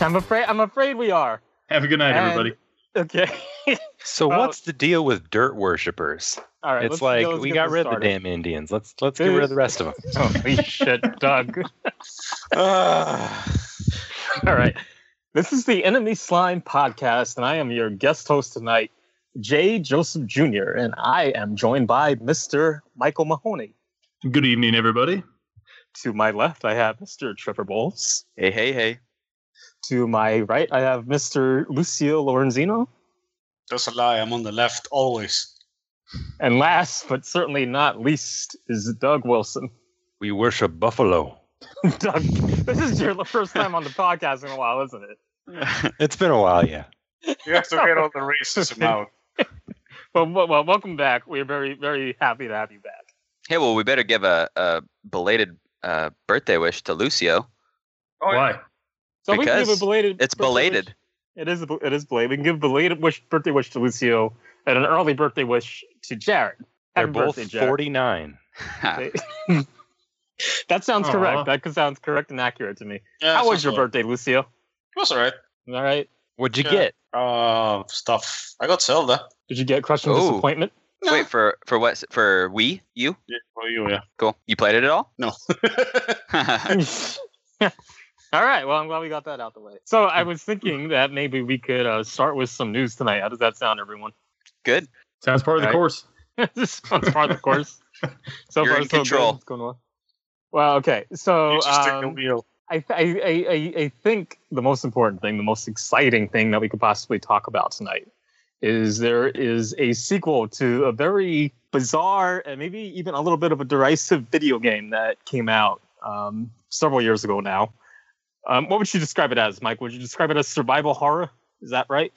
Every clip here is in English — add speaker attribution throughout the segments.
Speaker 1: I'm afraid. I'm afraid we are.
Speaker 2: Have a good night,
Speaker 1: And-
Speaker 2: everybody.
Speaker 1: Okay.
Speaker 3: So
Speaker 1: Well-
Speaker 3: what's the deal with dirt worshippers?
Speaker 1: Uh, All right.
Speaker 3: it's
Speaker 1: let's-
Speaker 3: like
Speaker 1: let's
Speaker 3: we
Speaker 1: get
Speaker 3: got
Speaker 1: this
Speaker 3: rid
Speaker 1: started.
Speaker 3: of the damn Indians. Let's let's get rid of the rest of them.
Speaker 1: Holy shit, Doug. Ah. All right. This is the Enemy Slime podcast, and I am your guest host tonight, Jay Joseph Jr., and I am joined by Mr. Michael Mahoney.
Speaker 2: Good evening, everybody.
Speaker 1: To my left, I have Mr. Trevor Bowles.
Speaker 4: Hey, hey, hey.
Speaker 1: To my right, I have Mr. Lucio Lorenzino.
Speaker 5: That's a lie. I'm on the left always.
Speaker 1: And last but certainly not least is Doug Wilson.
Speaker 3: We worship buffalo.
Speaker 1: Doug, this is your first time on the podcast in a while, isn't it?
Speaker 3: It's been a while, yeah.
Speaker 5: You have to get all the racism out.
Speaker 1: Well, well, well, welcome back. We're very, very happy to have you back.
Speaker 4: hey, well, we better give a, a belated uh, birthday wish to Lucio.
Speaker 5: Oh,
Speaker 2: Why?
Speaker 1: So we can give a
Speaker 4: Because
Speaker 1: belated.
Speaker 4: It's
Speaker 1: birthday wish-
Speaker 4: belated.
Speaker 1: It is. It is belated. We can give belated wish, birthday wish to Lucio and an early birthday wish to Jared.
Speaker 3: They're
Speaker 1: Happy
Speaker 3: both
Speaker 1: birthday, Jared.
Speaker 3: 49.
Speaker 4: Ha.
Speaker 1: They- that sounds
Speaker 2: Aw.
Speaker 1: correct. That could- sounds correct and accurate to me.
Speaker 5: Yeah,
Speaker 1: How
Speaker 5: it's
Speaker 1: was your
Speaker 5: also-
Speaker 1: birthday, Lucio?
Speaker 5: It was alright.
Speaker 1: All right.
Speaker 3: What'd you
Speaker 5: Yeah.
Speaker 3: get?
Speaker 5: Uh, stuff. I got Zelda.
Speaker 1: Did you get crushed and
Speaker 4: Oh.
Speaker 1: disappointment?
Speaker 4: Wait, for, for what? For we? You?
Speaker 5: Yeah, for you, yeah.
Speaker 4: Cool. You played it at all?
Speaker 5: No.
Speaker 1: All right. Well, I'm glad we got that out the way. So I was thinking that maybe we could uh, start with some news tonight. How does that sound, everyone?
Speaker 4: Good.
Speaker 2: Sounds part of the
Speaker 1: Right.
Speaker 2: course.
Speaker 1: this one's part of the course. So
Speaker 4: You're
Speaker 1: far, so good.
Speaker 4: in control.
Speaker 1: It's going well. Well, okay. So
Speaker 5: you just take the
Speaker 1: um,
Speaker 5: wheel.
Speaker 1: I, I, I, I- I think the most important thing, the most exciting thing that we could possibly talk about tonight is there is a sequel to a very bizarre and maybe even a little bit of a derisive video game that came out um, several years ago now. Um, what would you describe it as, Mike? Would you describe it as survival horror? Is that right?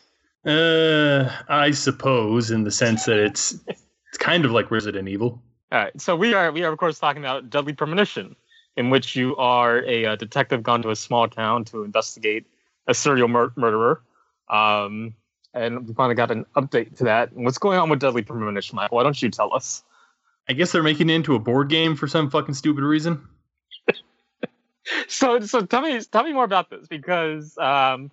Speaker 2: Uh, I suppose, in the sense that it's it's kind of like Resident Evil.
Speaker 1: All right. So we are we are of course talking about Deadly Premonition, in which you are a, uh detective gone to a small town to investigate a serial mur- murderer. Um, and we finally got an update to that. What's going on with Deadly Premonition, Mike? Why don't you tell us?
Speaker 2: I guess they're making it into a board game for some fucking stupid reason.
Speaker 1: So so tell me tell me more about this because um,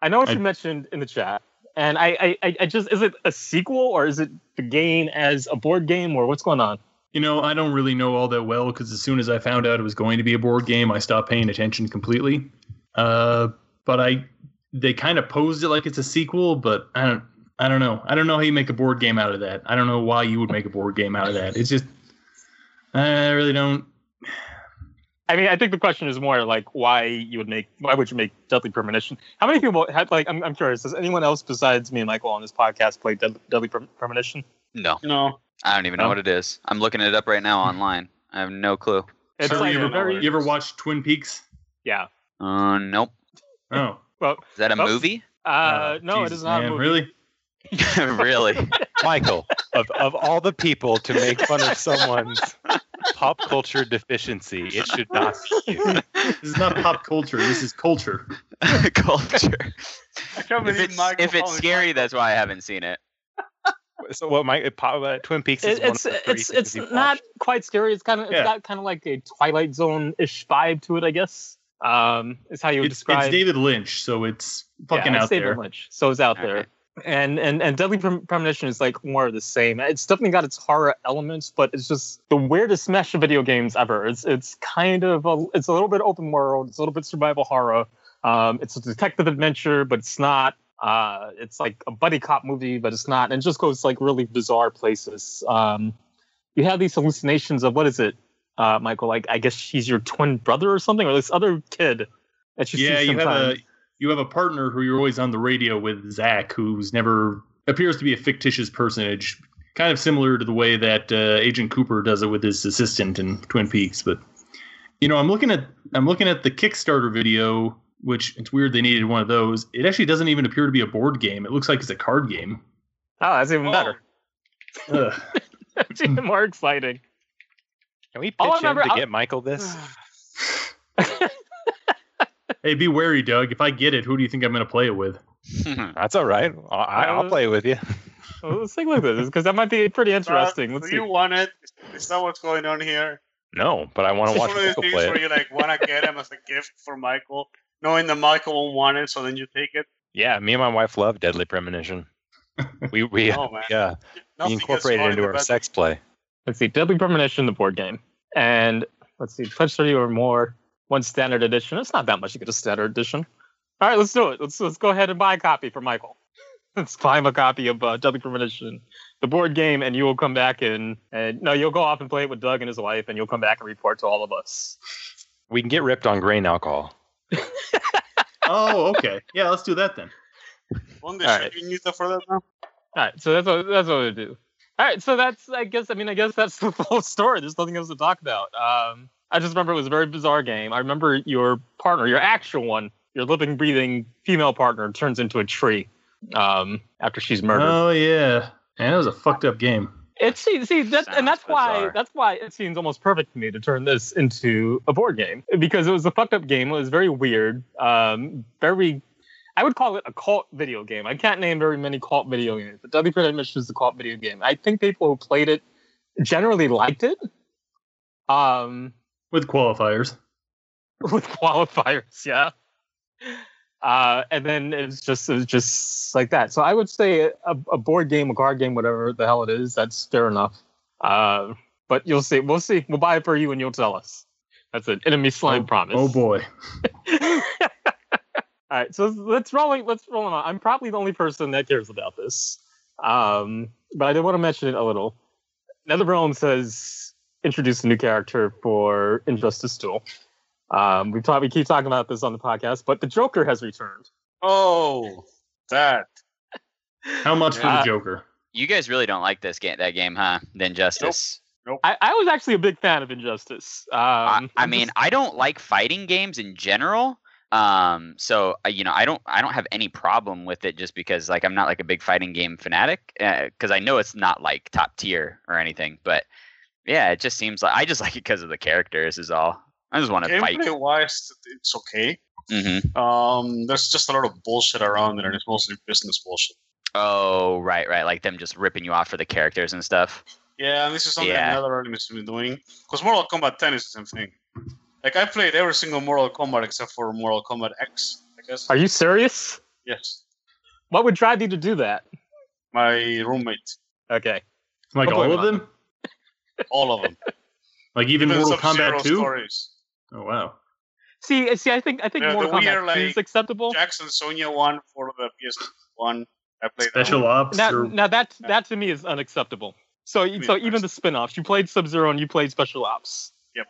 Speaker 1: I know what
Speaker 2: I-
Speaker 1: you mentioned in the chat, and I, I- I I just is it a sequel or is it the game as a board game or what's going on?
Speaker 2: You know, I don't really know all that well because as soon as I found out it was going to be a board game, I stopped paying attention completely. Uh, but I, they kind of posed it like it's a sequel, but I don't, I don't know. I don't know how you make a board game out of that. I don't know why you would make a board game out of that. It's just, I really don't.
Speaker 1: I mean, I think the question is more like why you would make why would you make Deadly Premonition? How many people had like I'm, I'm curious? Does anyone else besides me and Michael on this podcast play Dead- Deadly Prem- Premonition?
Speaker 4: No.
Speaker 5: No.
Speaker 4: I don't even know what it is. I'm looking it up right now
Speaker 1: Hmm.
Speaker 4: online. I have no clue.
Speaker 1: It's
Speaker 2: So
Speaker 1: like
Speaker 2: you,
Speaker 1: a
Speaker 2: ever,
Speaker 1: very
Speaker 2: you ever watched Twin Peaks?
Speaker 1: yeah.
Speaker 4: Uh, nope.
Speaker 2: Oh,
Speaker 1: Well,
Speaker 4: Is that a
Speaker 1: Oh.
Speaker 4: movie?
Speaker 1: uh, no, it
Speaker 2: Jesus,
Speaker 1: is not.
Speaker 2: man,
Speaker 1: a movie.
Speaker 2: Really?
Speaker 4: really?
Speaker 3: Michael, of, of all the people to make fun of someone's pop culture deficiency, it should not be you.
Speaker 2: This is not pop culture. This is culture.
Speaker 4: Culture.
Speaker 5: I can't
Speaker 4: If it's, if it's scary, that's why I haven't seen it.
Speaker 3: So what my it, pop, uh, Twin Peaks is
Speaker 1: It-
Speaker 3: one
Speaker 1: it's
Speaker 3: of the three
Speaker 1: it's
Speaker 3: things
Speaker 1: it's
Speaker 3: you've
Speaker 1: not quite scary. It's kind of it's
Speaker 2: Yeah.
Speaker 1: got kind of like a Twilight Zone ish vibe to it, I guess. Um, is how you would
Speaker 2: It's,
Speaker 1: describe.
Speaker 2: it's David Lynch, so it's
Speaker 1: Yeah,
Speaker 2: fucking
Speaker 1: it's
Speaker 2: out
Speaker 1: David
Speaker 2: there.
Speaker 1: Lynch, so it's out
Speaker 4: All
Speaker 1: there.
Speaker 4: right.
Speaker 1: And and and Deadly Prem- Premonition is like more of the same. It's definitely got its horror elements, but it's just the weirdest mesh of video games ever. It's it's kind of a it's a little bit open world. It's a little bit survival horror. Um, it's a detective adventure, but it's not. Uh, it's like a buddy cop movie, but it's not. And it just goes like really bizarre places. Um, you have these hallucinations of what is it, uh, Michael? Like I guess she's your twin brother or something, or this other kid that you
Speaker 2: yeah,
Speaker 1: see
Speaker 2: you have
Speaker 1: sometimes.
Speaker 2: a you have a partner who you're always on the radio with, Zach, who's never appears to be a fictitious personage, kind of similar to the way that uh, Agent Cooper does it with his assistant in Twin Peaks. But you know, I'm looking at I'm looking at the Kickstarter video, which it's weird they needed one of those. It actually doesn't even appear to be a board game. It looks like it's a card game.
Speaker 1: Oh, that's even better.
Speaker 2: Ugh.
Speaker 1: It's even more exciting.
Speaker 3: Can we pitch
Speaker 1: All I
Speaker 3: in
Speaker 1: remember-
Speaker 3: to
Speaker 1: I'll-
Speaker 3: get Michael this?
Speaker 2: hey, be wary, Doug. If I get it, who do you think I'm going to play it with?
Speaker 3: That's all right. I, I- I'll
Speaker 1: Uh,
Speaker 3: play with you.
Speaker 1: Well, let's take a look at this because that might be pretty interesting. Let's see.
Speaker 5: you want it? Is that what's going on here?
Speaker 3: No, but I want to
Speaker 5: It's
Speaker 3: watch
Speaker 5: one of those
Speaker 3: Michael
Speaker 5: things
Speaker 3: play
Speaker 5: where
Speaker 3: it.
Speaker 5: you like want to get him as a gift for Michael, knowing that Michael won't want it, so then you take it.
Speaker 3: Yeah, me and my wife love Deadly Premonition. We we
Speaker 5: Oh man,
Speaker 3: yeah, we
Speaker 5: Nothing gets
Speaker 3: incorporate it
Speaker 5: harder
Speaker 3: into
Speaker 5: than
Speaker 3: our
Speaker 5: that.
Speaker 3: sex play.
Speaker 1: Let's see, Deadly Premonition, the board game, and let's see, Pledge Thirty or more, one standard edition. It's not that much. You get a standard edition. All right, let's do it. Let's let's go ahead and buy a copy for Michael. Let's buy him a copy of uh, Deadly Premonition, the board game, and you will come back and, and no, you'll go off and play it with Doug and his wife, and you'll come back and report to all of us.
Speaker 3: We can get ripped on grain alcohol.
Speaker 2: Oh, okay. Yeah, let's do that then.
Speaker 5: One day,
Speaker 4: All
Speaker 5: should
Speaker 4: right.
Speaker 5: you need that for that now?
Speaker 1: All right, so that's what that's what we do. All right, so that's I guess I mean I guess that's the whole story. There's nothing else to talk about. Um, I just remember it was a very bizarre game. I remember your partner, your actual one, your living, breathing female partner, turns into a tree um, after she's murdered.
Speaker 2: Oh yeah, and it was a fucked up game.
Speaker 1: It seems see that,
Speaker 4: Sounds
Speaker 1: and that's why
Speaker 4: bizarre.
Speaker 1: that's why it seems almost perfect to me to turn this into a board game because it was a fucked up game. It was very weird, um, very. I would call it a cult video game. I can't name very many cult video games, but Deadly Premonition is a cult video game. I think people who played it generally liked it, um,
Speaker 2: with qualifiers.
Speaker 1: with qualifiers, yeah. Uh, and then it was just it was just like that. So I would say a, a board game, a card game, whatever the hell it is, that's fair enough. Uh, but you'll see. We'll see. We'll buy it for you, and you'll tell us. That's an enemy slime promise.
Speaker 2: Oh boy.
Speaker 1: All right, so let's roll. Let's roll on. I'm probably the only person that cares about this, um, but I did want to mention it a little. Nether Realm says introduce a new character for Injustice Duel. Um, we probably keep talking about this on the podcast, but the Joker has returned.
Speaker 5: Oh, that.
Speaker 2: How much for
Speaker 1: Uh,
Speaker 2: the Joker?
Speaker 4: You guys really don't like this game, that game, huh? Then Justice.
Speaker 1: I, I was actually a big fan of Injustice. Um, I'm
Speaker 4: I, I mean, I don't like fighting games in general. Um, so uh, you know, I don't, I don't have any problem with it just because, like, I'm not like a big fighting game fanatic because I know it's not like top tier or anything. But yeah, it just seems like I just like it because of the characters is all. I just want to fight.
Speaker 5: Gameplay wise, it's okay.
Speaker 4: hmm
Speaker 5: Um, there's just a lot of bullshit around there, and it's mostly business bullshit.
Speaker 4: Oh, right, right, like them just ripping you off for the characters and stuff.
Speaker 5: Yeah, and this is something
Speaker 4: Yeah.
Speaker 5: another anime has been doing. Because Mortal Kombat 10 is the same thing. Like, I played every single Mortal Kombat except for Mortal Kombat X, I guess.
Speaker 1: Are you serious?
Speaker 5: yes,
Speaker 1: What would drive you to do that?
Speaker 5: my roommate.
Speaker 1: Okay.
Speaker 2: Like
Speaker 1: oh boy,
Speaker 2: all of
Speaker 1: Ron.
Speaker 2: them?
Speaker 5: All of them.
Speaker 2: Like even Mortal
Speaker 5: Sub-Zero
Speaker 2: Kombat 2?
Speaker 5: Stories.
Speaker 2: Oh wow.
Speaker 1: See, see, I think I think
Speaker 5: Yeah, the
Speaker 1: Mortal Kombat
Speaker 5: weird,
Speaker 1: 2 is
Speaker 5: like,
Speaker 1: acceptable.
Speaker 5: Jackson Sonya one for the PS1. I played that
Speaker 2: Special
Speaker 5: one.
Speaker 2: ops
Speaker 1: now,
Speaker 2: or
Speaker 1: now that that to me is unacceptable. So so even the spin-offs, you played Sub Zero and you played Special Ops.
Speaker 5: Yep.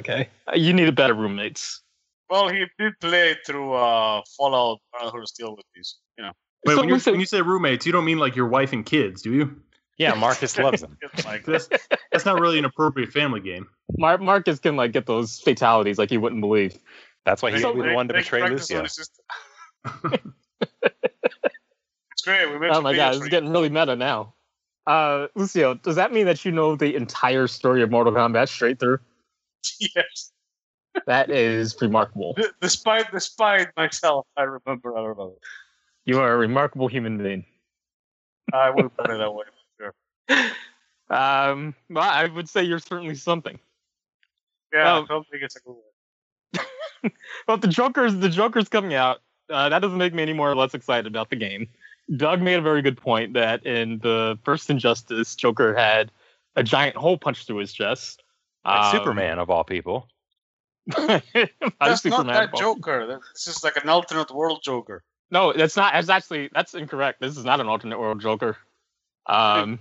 Speaker 1: Okay. Uh, you needed better roommates.
Speaker 5: Well, he did play through uh, Fallout Brotherhood of Steel with these. You know,
Speaker 2: Wait,
Speaker 1: So
Speaker 2: when, you're,
Speaker 1: listen-
Speaker 2: when you say roommates, you don't mean like your wife and kids, do you?
Speaker 3: Yeah, Marcus loves them.
Speaker 5: it's like
Speaker 2: 'Cause That's, that's not really an appropriate family game.
Speaker 1: Mar- Marcus can like get those fatalities like you wouldn't believe.
Speaker 3: That's why
Speaker 5: They-
Speaker 3: he's the
Speaker 5: they-
Speaker 3: one to
Speaker 5: they
Speaker 3: betray
Speaker 5: practice on
Speaker 3: Lucio.
Speaker 5: the system. it's great. We made
Speaker 1: Oh
Speaker 5: some
Speaker 1: my
Speaker 5: videos
Speaker 1: god,
Speaker 5: for
Speaker 1: it's
Speaker 5: you.
Speaker 1: getting really meta now. Uh, Lucio, does that mean that you know the entire story of Mortal Kombat straight through?
Speaker 5: yes.
Speaker 1: That is remarkable.
Speaker 5: D- Despite despite myself, I remember. I remember.
Speaker 1: You are a remarkable human being.
Speaker 5: I will put it that way.
Speaker 1: Um, well, I would say you're certainly something.
Speaker 5: Yeah,
Speaker 1: Um,
Speaker 5: I don't think it's a good one.
Speaker 1: But the Joker's the Joker's coming out. Uh, that doesn't make me any more or less excited about the game. Doug made a very good point that in the first Injustice, Joker had a giant hole punched through his chest.
Speaker 3: Like
Speaker 1: Um,
Speaker 3: Superman of all people.
Speaker 1: not
Speaker 5: That's
Speaker 1: Superman,
Speaker 5: not that
Speaker 1: but-
Speaker 5: Joker. That- This is like an alternate world Joker.
Speaker 1: No, that's not. That's actually that's incorrect. This is not an alternate world Joker. Um,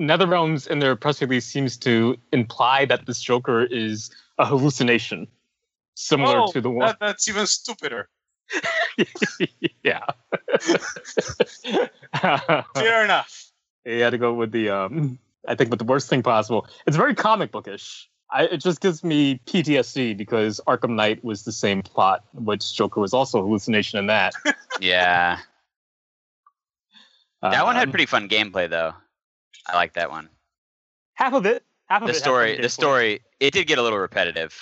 Speaker 1: NetherRealms in their press release seems to imply that this Joker is a hallucination, similar
Speaker 5: Oh,
Speaker 1: to the one.
Speaker 5: That, that's even stupider.
Speaker 1: yeah.
Speaker 5: Fair enough.
Speaker 1: You had to go with the um I think with the worst thing possible. It's very comic bookish. I, it just gives me PTSD because Arkham Knight was the same plot, which Joker was also a hallucination in that.
Speaker 4: Yeah, that one had
Speaker 1: Um,
Speaker 4: pretty fun gameplay though. I like that one.
Speaker 1: half of it. Half of
Speaker 4: The
Speaker 1: it had
Speaker 4: story,
Speaker 1: some
Speaker 4: the
Speaker 1: gameplay.
Speaker 4: story, it did get a little repetitive.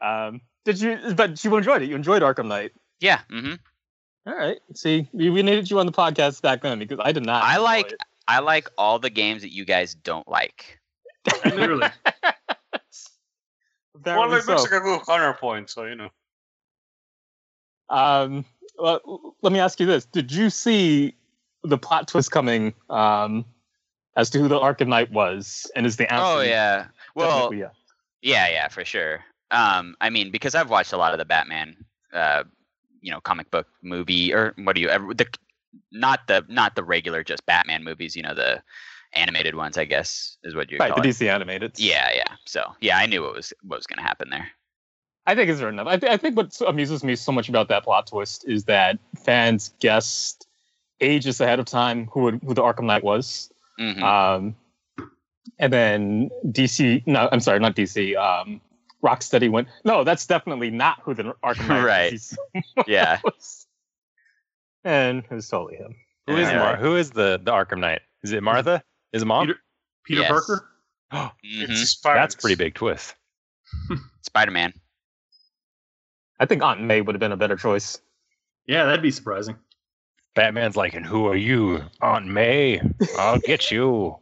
Speaker 1: Um, did you? But you enjoyed it. You enjoyed Arkham Knight.
Speaker 4: Yeah. hmm
Speaker 1: All right. See, we, we needed you on the podcast back then because I did not.
Speaker 4: I
Speaker 1: enjoy
Speaker 4: like-
Speaker 1: it.
Speaker 4: I like all the games that you guys don't like.
Speaker 2: Clearly.
Speaker 5: well,
Speaker 1: Apparently
Speaker 5: it
Speaker 1: so.
Speaker 5: makes like a good counterpoint, so you know.
Speaker 1: Um, well, let me ask you this: Did you see the plot twist coming um, as to who the Arcanite was, and is the answer?
Speaker 4: Oh yeah. Well,
Speaker 1: definitely yeah.
Speaker 4: Yeah, yeah, for sure. Um, I mean, because I've watched a lot of the Batman, uh, you know, comic book movie or what do you ever the not the not the regular just Batman movies, you know, the animated ones, I guess, is what you
Speaker 1: right,
Speaker 4: call
Speaker 1: the
Speaker 4: it.
Speaker 1: DC animated.
Speaker 4: Yeah, yeah. So yeah, I knew what was what was gonna happen there.
Speaker 1: I think it's fair enough. I, th- I think what amuses me so much about that plot twist is that fans guessed ages ahead of time who would, who the Arkham Knight was,
Speaker 4: Mhm.
Speaker 1: um, and then DC. No, I'm sorry, not DC. Um, Rocksteady went. No, that's definitely not who the Arkham Knight
Speaker 4: Right.
Speaker 1: was.
Speaker 4: yeah.
Speaker 1: was. And it was totally him.
Speaker 3: Who is
Speaker 4: Yeah.
Speaker 3: Mar- who is the the Arkham Knight? Is it Martha? Is it mom?
Speaker 2: Peter- Peter
Speaker 4: Yes.
Speaker 2: Parker?
Speaker 5: It's
Speaker 4: hmm
Speaker 5: his
Speaker 3: Mm-hmm. That's
Speaker 5: parents.
Speaker 3: pretty big twist.
Speaker 4: Spider Man.
Speaker 1: I think Aunt May would have been a better choice.
Speaker 2: Yeah, that'd be surprising.
Speaker 3: Batman's like, and who are you, Aunt May? I'll get you.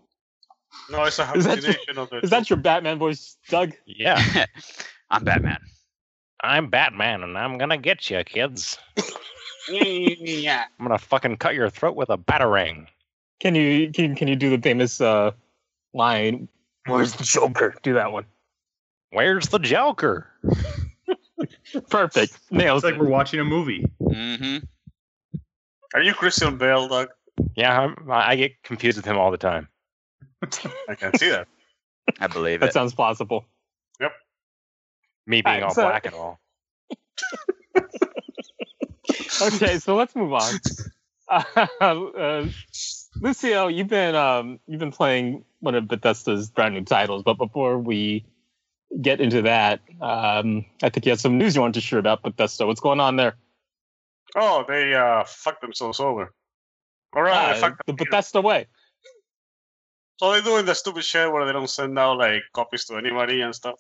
Speaker 5: No, it's a
Speaker 1: Is that-
Speaker 5: hallucination of the.
Speaker 1: Is that your Batman voice, Doug?
Speaker 3: Yeah,
Speaker 4: I'm Batman.
Speaker 3: I'm Batman, and I'm gonna get you, kids.
Speaker 5: yeah.
Speaker 3: I'm gonna fucking cut your throat with a batarang.
Speaker 1: Can you can, can you do the famous uh, line? Where's the Joker? Do that one.
Speaker 3: Where's the Joker?
Speaker 1: Perfect. Nails.
Speaker 2: It's like
Speaker 1: it.
Speaker 2: we're watching a movie.
Speaker 4: hmm
Speaker 5: Are you Christian Bale, Doug?
Speaker 3: Yeah, I'm, I get confused with him all the time.
Speaker 5: I can see that.
Speaker 4: I believe
Speaker 1: that
Speaker 4: it.
Speaker 1: sounds plausible.
Speaker 3: Me
Speaker 1: Alright,
Speaker 3: being all
Speaker 1: so-
Speaker 3: black and all.
Speaker 1: Okay, so let's move on. Uh, uh, Lucio, you've been um, you've been playing one of Bethesda's brand new titles, but before we get into that, um, I think you had some news you wanted to share about Bethesda. What's going on there?
Speaker 5: Oh, they uh, fucked themselves over. All right, they
Speaker 1: Ah,
Speaker 5: fucked
Speaker 1: the Bethesda way.
Speaker 5: So they're doing the stupid shit where they don't send out like copies to anybody and stuff.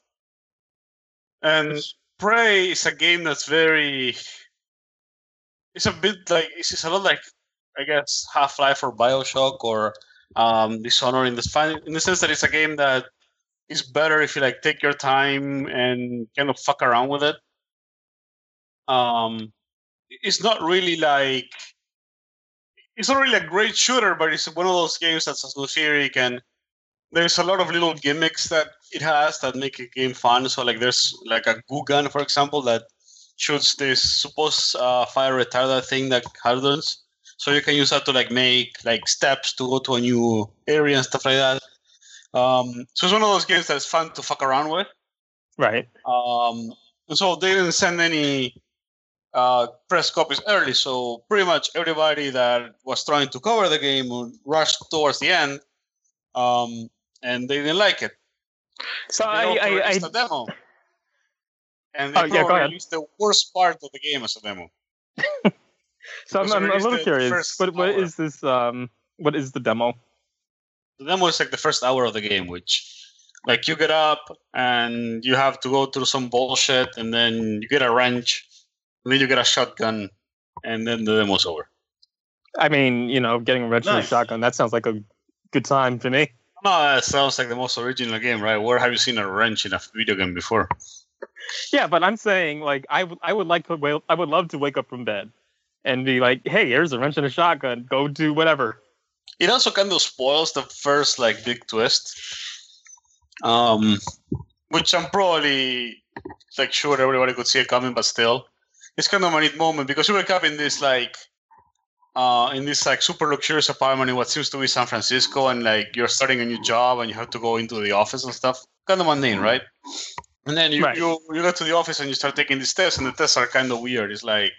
Speaker 5: And Prey is a game that's very. It's a bit like it's it's a lot like I guess Half Life or Bioshock or um, Dishonored in the span- in the sense that it's a game that is better if you like take your time and kind of fuck around with it. Um, it's not really like it's not really a great shooter, but it's one of those games that's atmospheric and there's a lot of little gimmicks that it has that make a game fun. So like there's like a goo gun, for example, that shoots this supposed uh, fire retardant thing that hardens. So you can use that to like make like steps to go to a new area and stuff like that. Um, so it's one of those games that's fun to fuck around with.
Speaker 1: Right.
Speaker 5: Um, and so they didn't send any uh, press copies early. So pretty much everybody that was trying to cover the game rushed towards the end, um, and they didn't like it.
Speaker 1: So
Speaker 5: They
Speaker 1: I,
Speaker 5: also
Speaker 1: I, I
Speaker 5: released a demo, and they
Speaker 1: Oh, yeah, go
Speaker 5: probably
Speaker 1: ahead.
Speaker 5: released the worst part of the game as a demo.
Speaker 1: so I'm,
Speaker 5: was
Speaker 1: I'm a
Speaker 5: released
Speaker 1: little
Speaker 5: the
Speaker 1: curious.
Speaker 5: first
Speaker 1: What what
Speaker 5: hour.
Speaker 1: is this? Um, what is the demo?
Speaker 5: the demo is like the first hour of the game, which like you get up and you have to go through some bullshit, and then you get a wrench, and then you get a shotgun, and then the demo's over.
Speaker 1: I mean, you know, getting a retro
Speaker 2: Nice.
Speaker 1: shotgun. That sounds like a good time to me.
Speaker 5: No, that sounds like the most original game, right? Where have you seen a wrench in a video game before?
Speaker 1: Yeah, but I'm saying like I would I would like to wake, I would love to wake up from bed and be like, hey, here's a wrench and a shotgun. Go do whatever.
Speaker 5: It also kind of spoils the first like big twist, um, which I'm probably like sure everybody could see it coming, but still, it's kind of a neat moment because you wake up in this like uh, in this like super luxurious apartment in what seems to be San Francisco, and like you're starting a new job and you have to go into the office and stuff. Kind of mundane, right? And then you
Speaker 1: Right.
Speaker 5: you you go to the office and you start taking these tests, and the tests are kind of weird. It's like,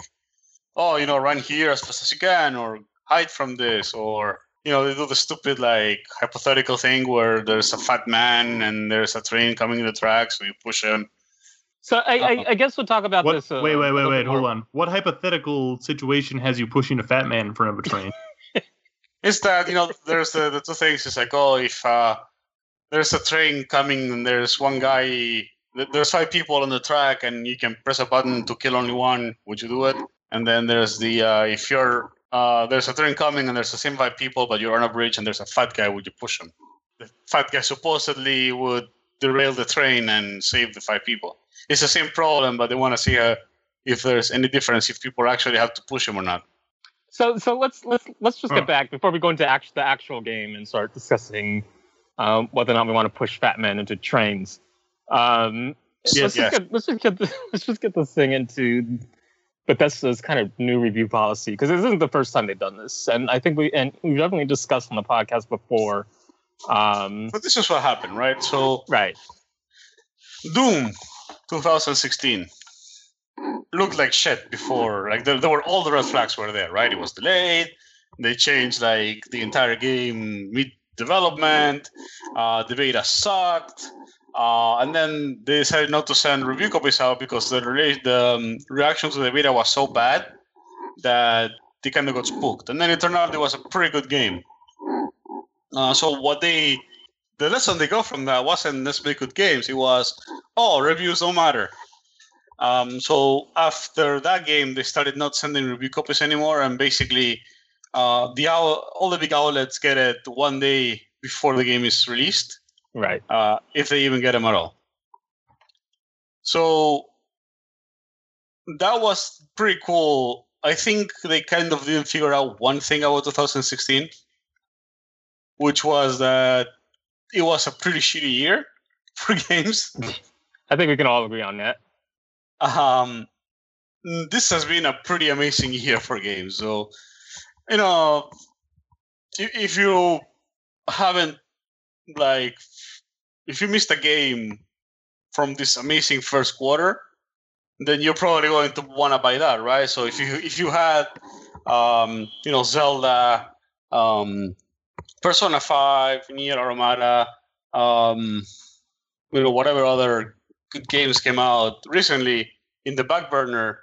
Speaker 5: oh, you know, run here as fast as you can, or hide from this, or you know, they do the stupid like hypothetical thing where there's a fat man and there's a train coming in the tracks, so you push him.
Speaker 1: So I,
Speaker 5: Uh-oh.
Speaker 1: I, I guess we'll talk about
Speaker 2: What,
Speaker 1: this. uh,
Speaker 2: wait, wait, wait,
Speaker 1: a little
Speaker 2: wait.
Speaker 1: bit
Speaker 2: Hold
Speaker 1: more.
Speaker 2: on. What hypothetical situation has you pushing a fat man in front of a train?
Speaker 5: It's that you know there's the, the two things. It's like oh if uh, there's a train coming and there's one guy, th- there's five people on the track and you can press a button to kill only one. Would you do it? And then there's the uh, if you're uh, there's a train coming and there's the same five people but you're on a bridge and there's a fat guy. Would you push him? The fat guy supposedly would derail the train and save the five people. It's the same problem, but they want to see uh, if there's any difference if people actually have to push him or not.
Speaker 1: So so let's let's let's just
Speaker 2: Huh.
Speaker 1: get back before we go into act- the actual game and start discussing um, whether or not we want to push Fat Man into trains. Um,
Speaker 5: Yes,
Speaker 1: let's,
Speaker 5: yes.
Speaker 1: Just get, let's just get the, let's just get this thing into Bethesda's kind of new review policy because this isn't the first time they've done this, and I think we and we've definitely discussed on the podcast before. Um,
Speaker 5: But this is what happened, right? So
Speaker 1: right.
Speaker 5: Doom 2016 looked like shit before. Like there, there were all the red flags were there, right? It was delayed. They changed like the entire game mid development. Uh, the beta sucked. Uh, and then they decided not to send review copies out because the, rela- the um, reaction to the beta was so bad that they kind of got spooked. And then it turned out it was a pretty good game. Uh, so what they, the lesson they got from that wasn't let's make good games. It was oh, reviews don't matter. Um, so after that game, they started not sending review copies anymore, and basically, uh, the owl, all the big outlets get it one day before the game is released,
Speaker 1: Right.
Speaker 5: uh, if they even get them at all. So that was pretty cool. I think they kind of didn't figure out one thing about 2016, which was that it was a pretty shitty year for games.
Speaker 1: I think we can all agree on that.
Speaker 5: um, mm, this has been a pretty amazing year for games. So, you know, if, if you haven't like, if you missed a game from this amazing first quarter, then you're probably going to want to buy that, right? So if you if you had, um, you know, Zelda, um, Persona Five, Nier Automata, um, you know, whatever other good games came out recently in the back burner,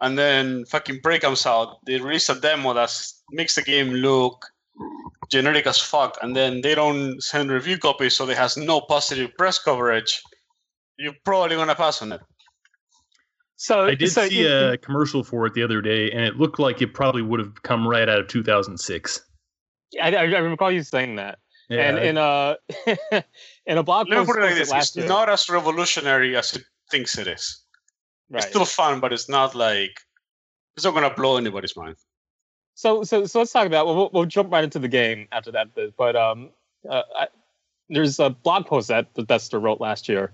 Speaker 5: and then fucking Prey comes out. They released a demo that s- makes the game look generic as fuck, and then they don't send review copies, so they has no positive press coverage. You're probably gonna pass on it.
Speaker 1: So
Speaker 2: I did
Speaker 1: Uh, so
Speaker 2: see
Speaker 1: you-
Speaker 2: a commercial for it the other day, and it looked like it probably would have come right out of 2006.
Speaker 1: I, I I recall you saying that.
Speaker 2: Yeah,
Speaker 1: and in a in a blog
Speaker 5: Let me
Speaker 1: post
Speaker 5: put it like
Speaker 1: posted
Speaker 5: this:
Speaker 1: last
Speaker 5: it's
Speaker 1: year,
Speaker 5: not as revolutionary as it thinks it is. It's
Speaker 1: right.
Speaker 5: still fun, but it's not like it's not gonna blow anybody's mind.
Speaker 1: so so so let's talk about. We'll, we'll- we'll jump right into the game after that. but- But um, uh, I, there's a blog post that Bethesda wrote last year,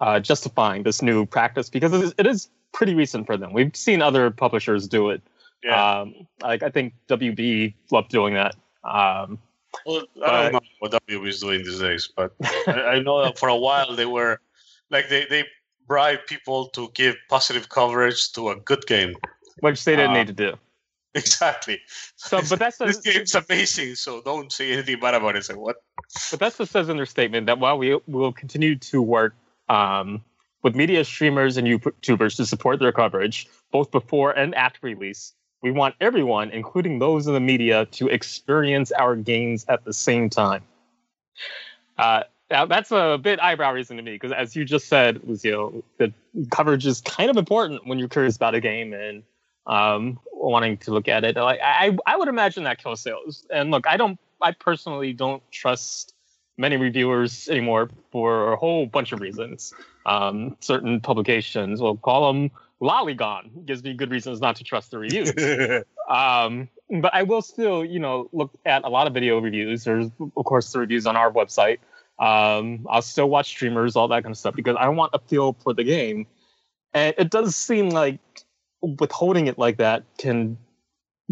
Speaker 1: uh, justifying this new practice because it is, it is pretty recent for them. We've seen other publishers do it. Um, like I think WB loved doing that. Um,
Speaker 5: Well, I don't know what WB is doing these days, but I, I know that for a while they were like they they bribe people to give positive coverage to a good game.
Speaker 1: which they didn't
Speaker 5: Uh,
Speaker 1: need to do.
Speaker 5: Exactly.
Speaker 1: So, but that's
Speaker 5: this game's amazing, so don't say anything bad about it. It's like what?
Speaker 1: Bethesda says in their statement that while we will continue to work um, with media streamers and YouTubers to support their coverage, both before and after release, we want everyone, including those in the media, to experience our gains at the same time. Uh, now that's a bit eyebrow raising to me because, as you just said, Lucio, the coverage is kind of important when you're curious about a game and um, wanting to look at it. Like I, I would imagine that kills sales. And look, I don't, I personally don't trust many reviewers anymore for a whole bunch of reasons. Um, certain publications, we'll call them lollygon, gives me good reasons not to trust the reviews. Um, but I will still, you know, look at a lot of video reviews. There's, of course, the reviews on our website. Um, I'll still watch streamers, all that kind of stuff, because I want a feel for the game. And it does seem like withholding it like that can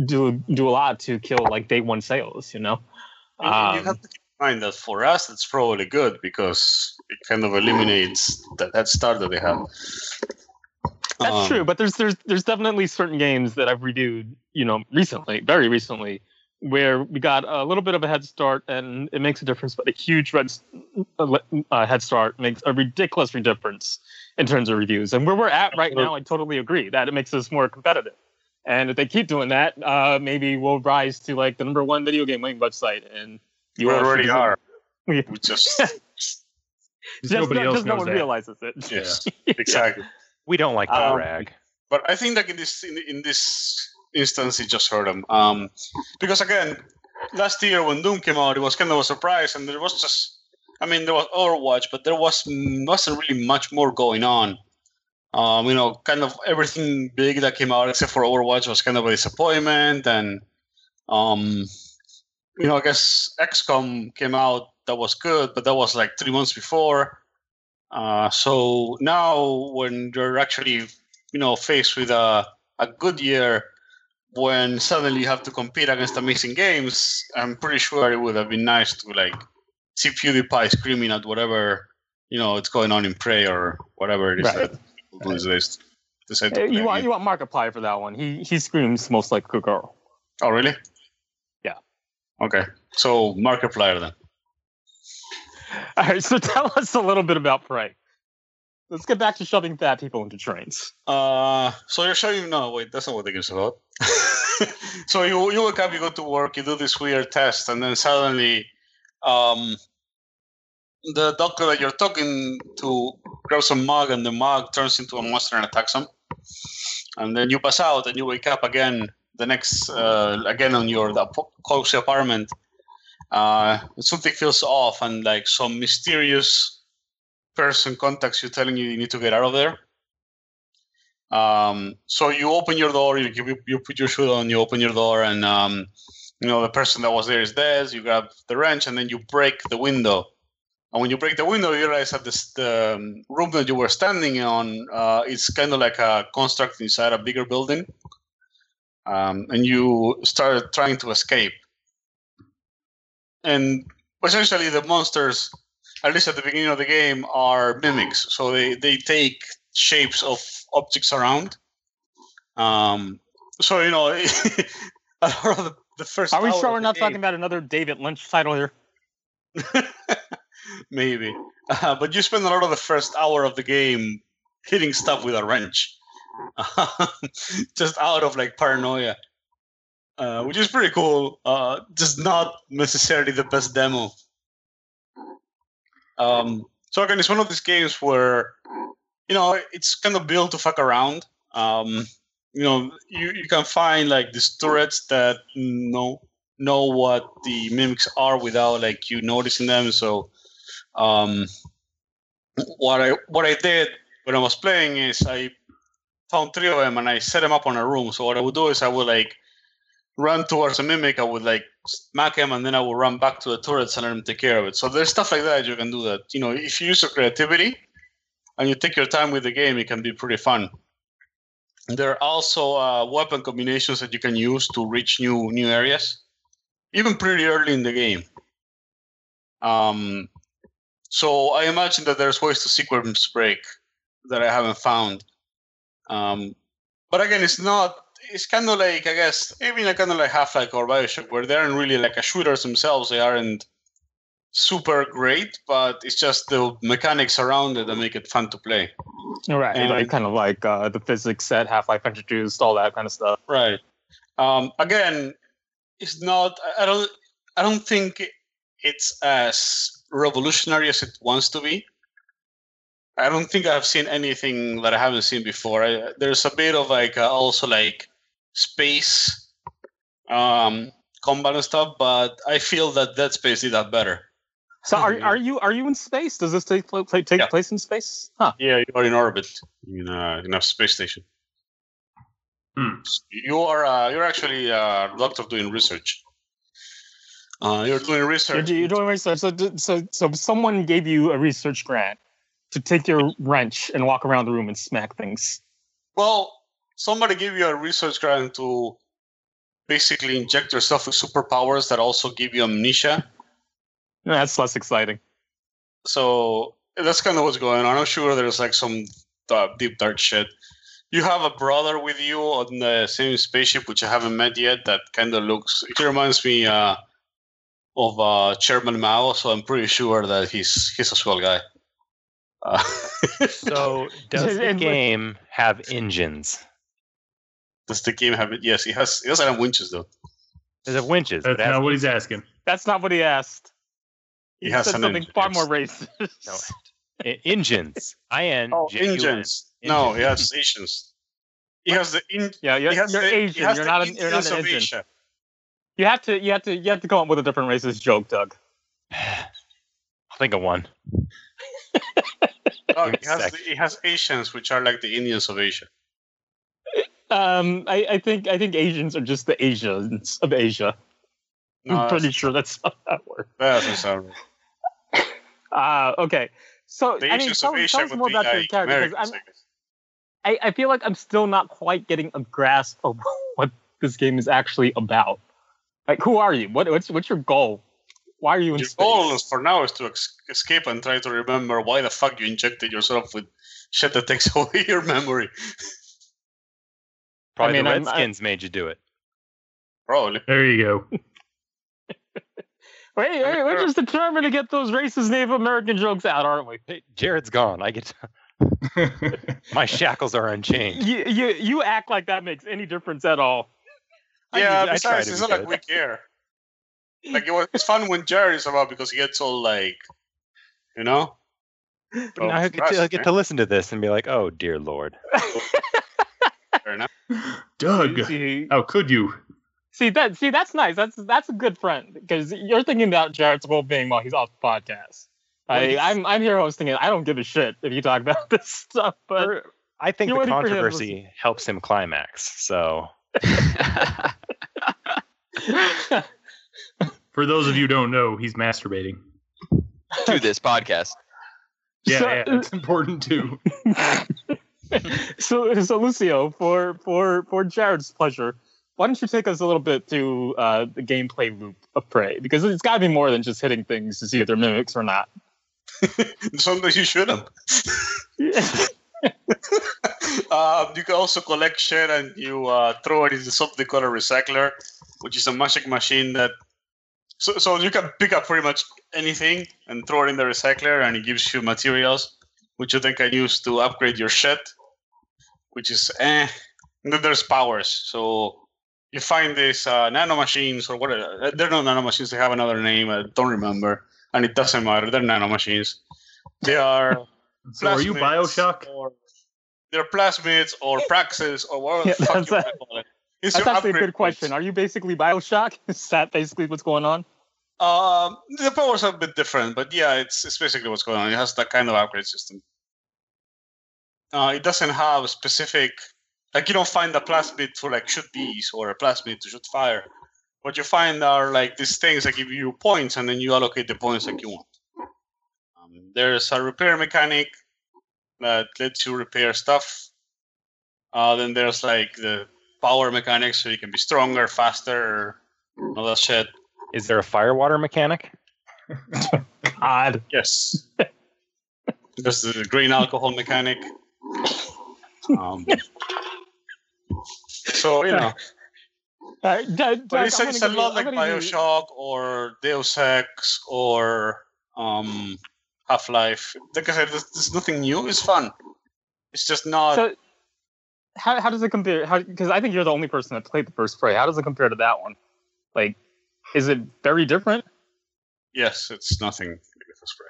Speaker 1: do do a lot to kill like day one sales. You know,
Speaker 5: You- you
Speaker 1: Um,
Speaker 5: have to keep in mind that for us, it's probably good because it kind of eliminates that, that start that they have.
Speaker 1: that's
Speaker 5: Um,
Speaker 1: true. But there's there's there's definitely certain games that I've reviewed, you know, recently, very recently, where we got a little bit of a head start, and it makes a difference. But a huge red s- uh, uh, head start makes a ridiculous difference in terms of reviews. And where we're at right now, I totally agree that it makes us more competitive. And if they keep doing that, uh, maybe we'll rise to like the number one video gaming website. And
Speaker 5: You
Speaker 1: are
Speaker 5: already
Speaker 1: citizen.
Speaker 5: are.
Speaker 1: we
Speaker 5: We just
Speaker 2: Just
Speaker 1: Just,
Speaker 2: nobody
Speaker 1: no,
Speaker 2: else knows
Speaker 1: just no one
Speaker 2: that.
Speaker 1: realizes it.
Speaker 5: Yeah. exactly.
Speaker 3: We don't like to
Speaker 5: Um,
Speaker 3: brag.
Speaker 5: but I think like in this in, in this instance, it just hurt him. Um, because again, last year when Doom came out, it was kind of a surprise, and there was just I mean, there was Overwatch, but there was wasn't really much more going on. Um, you know, kind of everything big that came out except for Overwatch was kind of a disappointment, and um, you know, I guess XCOM came out that was good, but that was like three months before. Uh, so now, when you're actually, you know, faced with a a good year, when suddenly you have to compete against amazing games, I'm pretty sure it would have been nice to like see PewDiePie screaming at whatever you know it's going on in Prey or whatever it is
Speaker 1: Right.
Speaker 5: that people these days decide to
Speaker 1: Hey, Uh, You
Speaker 5: play.
Speaker 1: want you want Markiplier for that one. He he screams most like a girl.
Speaker 5: Oh, really?
Speaker 1: Yeah.
Speaker 5: Okay. So Markiplier then.
Speaker 1: All right, so tell us a little bit about Prey. Let's get back to shoving fat people into trains.
Speaker 5: Uh, so you're showing no wait, that's not what the game's about. so you you wake up, you go to work, you do this weird test, and then suddenly, um, the doctor that you're talking to grabs a mug, and the mug turns into a monster and attacks him. And then you pass out, and you wake up again the next uh, again on your the ap- cozy apartment. Uh, something feels off, and like some mysterious person contacts you, telling you you need to get out of there. Um, so you open your door, you, you you put your shoe on, you open your door, and um, you know the person that was there is dead. You grab the wrench, and then you break the window. And when you break the window, you realize that this, the um, room that you were standing on uh, is kind of like a construct inside a bigger building. Um, and you start trying to escape. And essentially, the monsters, at least at the beginning of the game, are mimics. So they, they take shapes of objects around. Um, so you know, a lot of the, the first.
Speaker 1: Are we
Speaker 5: hour
Speaker 1: sure
Speaker 5: of
Speaker 1: we're
Speaker 5: the
Speaker 1: not
Speaker 5: game-
Speaker 1: talking about another David Lynch title here?
Speaker 5: Maybe, uh, but you spend a lot of the first hour of the game hitting stuff with a wrench, just out of like paranoia, uh, which is pretty cool. Uh, just not necessarily the best demo. Um, so again, it's one of these games where you know it's kind of built to fuck around. Um, you know, you, you can find like these turrets that know know what the mimics are without like you noticing them. So um, what I what I did when I was playing is I found three of them and I set them up on a room. So what I would do is I would like run towards a mimic, I would like smack him, and then I would run back to the turrets and let him take care of it. So there's stuff like that you can do that. You know, if you use your creativity and you take your time with the game, it can be pretty fun. There are also uh, weapon combinations that you can use to reach new new areas, even pretty early in the game. Um, so I imagine that there's ways to sequence break that I haven't found. Um, but again, it's not. It's kind of like I guess even kind of like Half-Life or Bioshock, where they aren't really like a shooters themselves. They aren't super great, but it's just the mechanics around it that make it fun to play.
Speaker 1: Right,
Speaker 5: And-
Speaker 1: like, kind of like uh, the physics set, Half Life introduced, all that kind of stuff.
Speaker 5: Right. Um, again, it's not. I- I don't. I don't think it's as revolutionary as it wants to be. I don't think I've seen anything that I haven't seen before. I, there's a bit of like uh, also like space um, combat and stuff, but I feel that Dead Space did that better.
Speaker 1: So are, are you are you in space? Does this take pla- take
Speaker 5: Yeah.
Speaker 1: place in space? Huh.
Speaker 5: Yeah, you are in orbit in a, in a space station.
Speaker 2: Hmm.
Speaker 5: You are uh, you're actually uh, a doctor doing research. Uh, you're doing
Speaker 1: You're,
Speaker 5: research.
Speaker 1: do- you're doing research. So, d- so so someone gave you a research grant to take your wrench and walk around the room and smack things.
Speaker 5: well, somebody give you a research grant to basically inject yourself with superpowers that also give you amnesia.
Speaker 1: No, That's less exciting.
Speaker 5: so that's kind of what's going on. I'm sure there's like some uh, deep dark shit. You have a brother with you on the same spaceship, which I haven't met yet. That kind of looks. It reminds me uh, of uh, Chairman Mao, so I'm pretty sure that he's he's a swell guy. Uh,
Speaker 3: So does the
Speaker 1: And-
Speaker 3: game have engines?
Speaker 5: does the game have it? Yes, he has. He doesn't have winches though.
Speaker 3: Does it have winches?
Speaker 2: That's
Speaker 3: It has-
Speaker 2: not what he's asking.
Speaker 1: That's not what he asked. He
Speaker 5: He has
Speaker 1: said
Speaker 5: an
Speaker 1: something
Speaker 5: engine,
Speaker 1: far
Speaker 5: yes.
Speaker 1: more racist.
Speaker 3: no. E- engines. I N
Speaker 5: Oh,
Speaker 3: G U N.
Speaker 5: engines. No,
Speaker 3: Engines.
Speaker 5: he has Asians. He has the. In-
Speaker 1: Yeah, you're,
Speaker 5: he has
Speaker 1: you're
Speaker 5: the, he
Speaker 1: Asian.
Speaker 5: has
Speaker 1: You're
Speaker 5: the
Speaker 1: not, an, you're not
Speaker 5: Indians
Speaker 1: an
Speaker 5: of
Speaker 1: Asian.
Speaker 5: Asia.
Speaker 1: You have to you have to you have to come up with a different racist joke, Doug.
Speaker 3: I think of one.
Speaker 5: Oh,
Speaker 3: Give me
Speaker 5: it
Speaker 3: a
Speaker 5: Oh, has
Speaker 3: sec.
Speaker 5: the, it has Asians, which are like the Indians of Asia.
Speaker 1: Um, I, I think I think Asians are just the Asians of Asia.
Speaker 5: No,
Speaker 1: I'm pretty sure that's how that works.
Speaker 5: that's, that's sorry.
Speaker 1: Ah, okay. So
Speaker 5: The
Speaker 1: I mean,
Speaker 5: Asians
Speaker 1: tell,
Speaker 5: of
Speaker 1: tell
Speaker 5: Asia
Speaker 1: us
Speaker 5: would
Speaker 1: more
Speaker 5: be
Speaker 1: about your
Speaker 5: like
Speaker 1: character.
Speaker 5: Americans,
Speaker 1: 'cause
Speaker 5: I guess.
Speaker 1: I'm, I, I feel like I'm still not quite getting a grasp of what this game is actually about. Like, who are you? What, what's what's your goal? Why are you in
Speaker 5: Your
Speaker 1: space?
Speaker 5: goal is- for now is to ex- escape and try to remember why the fuck you injected yourself with shit that takes away your memory.
Speaker 3: Probably
Speaker 1: mean,
Speaker 3: the
Speaker 1: I'm- uh, I-
Speaker 3: Redskins made you do it.
Speaker 5: Probably.
Speaker 2: There you go.
Speaker 1: Wait, wait, we're just determined to get those racist Native American jokes out, aren't we?
Speaker 3: Hey, Jared's gone. I get to, my shackles are unchained.
Speaker 1: You, you you act like that makes any difference at all.
Speaker 3: I
Speaker 5: yeah,
Speaker 3: usually- I try
Speaker 5: besides,
Speaker 3: to
Speaker 5: it's
Speaker 3: be
Speaker 5: not like we care. Like it was, it's fun when Jerry's around because he gets all like, you know.
Speaker 1: Oh,
Speaker 3: But now he'll get, to, he'll get to listen to this and be like, "Oh dear lord."
Speaker 5: Fair enough.
Speaker 2: Doug,
Speaker 1: See,
Speaker 2: how could you?
Speaker 1: see that see that's nice. That's that's a good friend because you're thinking about Jared's well being while he's off the podcast. I,
Speaker 3: Please.
Speaker 1: I'm I'm here hosting it. I don't give a shit if you talk about this stuff, but
Speaker 3: Or- I think
Speaker 1: you're
Speaker 3: the
Speaker 1: waiting for him to
Speaker 3: controversy helps him climax. So
Speaker 2: For those of you who don't know, he's masturbating.
Speaker 4: to this podcast.
Speaker 2: Yeah,
Speaker 1: So- uh,
Speaker 2: yeah that's important too.
Speaker 1: so so Lucio, for for for Jared's pleasure, why don't you take us a little bit through uh, the gameplay loop of Prey? Because it's got to be more than just hitting things to see if they're mimics or not.
Speaker 5: Sometimes you shoot him. um, you can also collect shit and you uh, throw it into something called a recycler, which is a magic machine that. So, so you can pick up pretty much anything and throw it in the recycler, and it gives you materials, which you then can use to upgrade your shit, which is eh. And then there's powers. So you find these uh, nano machines or whatever. uh, They're not nano machines. They have another name. I don't remember, and it doesn't matter. They're nano machines. They are
Speaker 2: So are you
Speaker 5: plasmids
Speaker 2: Bioshock?
Speaker 5: Or, they're plasmids or praxis or whatever
Speaker 1: Yeah,
Speaker 5: the fuck
Speaker 1: that's a-
Speaker 5: you want to call it. It's
Speaker 1: That's
Speaker 5: your
Speaker 1: actually a
Speaker 5: upgrade
Speaker 1: good question.
Speaker 5: points.
Speaker 1: Are you basically Bioshock? Is that basically what's going on?
Speaker 5: Um, the powers are a bit different, but yeah, it's it's basically what's going on. It has that kind of upgrade system. Uh, it doesn't have specific, like you don't find a plasmid to like shoot bees or a plasmid to shoot fire. What you find are like these things that give you points, and then you allocate the points like you want. Um, there's a repair mechanic that lets you repair stuff. Uh, then there's like the power mechanics, so you can be stronger, faster, and all that shit.
Speaker 3: is there a firewater mechanic?
Speaker 1: Odd.
Speaker 5: Yes. This is a green alcohol mechanic. Um, so, you know,
Speaker 1: All right, Uh, Doug,
Speaker 5: but
Speaker 1: Doug,
Speaker 5: it's,
Speaker 1: I'm
Speaker 5: it's a
Speaker 1: gonna give you-
Speaker 5: lot
Speaker 1: I'm
Speaker 5: like
Speaker 1: gonna give you-
Speaker 5: Bioshock or Deus Ex or um, Half Life. Like I said, there's, there's nothing new. It's fun. It's just not.
Speaker 1: So, how, how does it compare? Because I think you're the only person that played the first Prey. How does it compare to that one? Like, is it very different?
Speaker 5: yes, it's nothing like the first prey.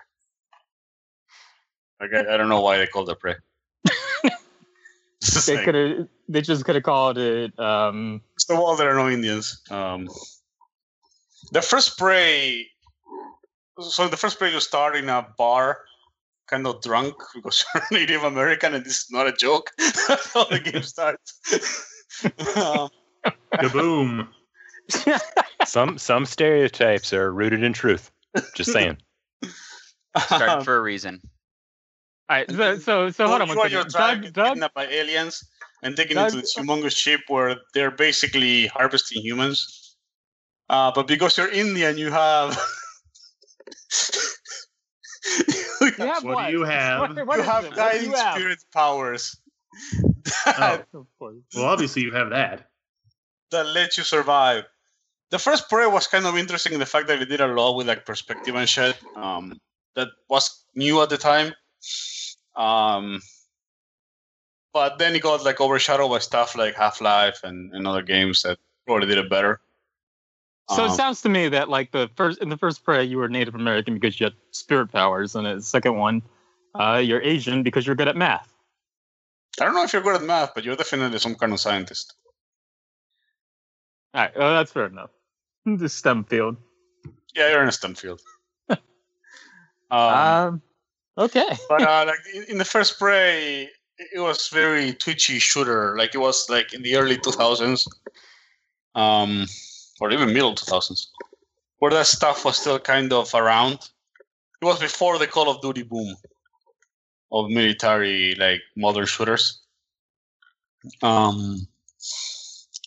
Speaker 5: Like, I, I don't know why they called it prey. it's, the
Speaker 1: They
Speaker 5: same.
Speaker 1: could have. They just could have called it. Um,
Speaker 5: It's the wall there are no Indians. Um, the first prey. So the first prey you start in a bar, kind of drunk because you're Native American, and this is not a joke. That's how the game starts. um,
Speaker 2: Kaboom.
Speaker 3: Some some stereotypes are rooted in truth. Just saying.
Speaker 5: um,
Speaker 4: Started for a reason.
Speaker 1: all right. So so, so hold on
Speaker 5: you
Speaker 1: one
Speaker 5: are your
Speaker 1: second.
Speaker 5: tribe
Speaker 1: Doug,
Speaker 5: get
Speaker 1: Doug,
Speaker 5: kidnapped by aliens and taken
Speaker 1: Doug-
Speaker 5: into this humongous ship where they're basically harvesting humans. Uh, but because you're Indian, you have. you
Speaker 1: you have
Speaker 2: What do you have?
Speaker 1: What, what
Speaker 5: you
Speaker 1: is
Speaker 5: have
Speaker 1: it? What do
Speaker 5: guiding
Speaker 1: you have?
Speaker 5: spirit powers
Speaker 2: Oh,
Speaker 1: Of course.
Speaker 2: well, obviously you have that.
Speaker 5: that let you survive. The first prayer was kind of interesting in the fact that it did a lot with like perspective and shit. Um, that was new at the time. Um, but then it got like overshadowed by stuff like Half Life and, and other games that probably did it better.
Speaker 1: So
Speaker 2: Uh-huh.
Speaker 1: it
Speaker 5: Um,
Speaker 1: sounds to me that like the first in the first prey you were Native American because you had spirit powers, and in the second one, uh, you're Asian because you're good at math.
Speaker 5: I don't know if you're good at math, but you're definitely some kind of scientist.
Speaker 1: All right, well, that's fair enough. The STEM field.
Speaker 5: Yeah, you're in a STEM field.
Speaker 1: Um, okay.
Speaker 5: but uh, like in- in the first Prey, it- it was very twitchy shooter. Like it was like in the early 2000s, um, or even middle 2000s, where that stuff was still kind of around. It was before the Call of Duty boom of military like modern shooters. Um,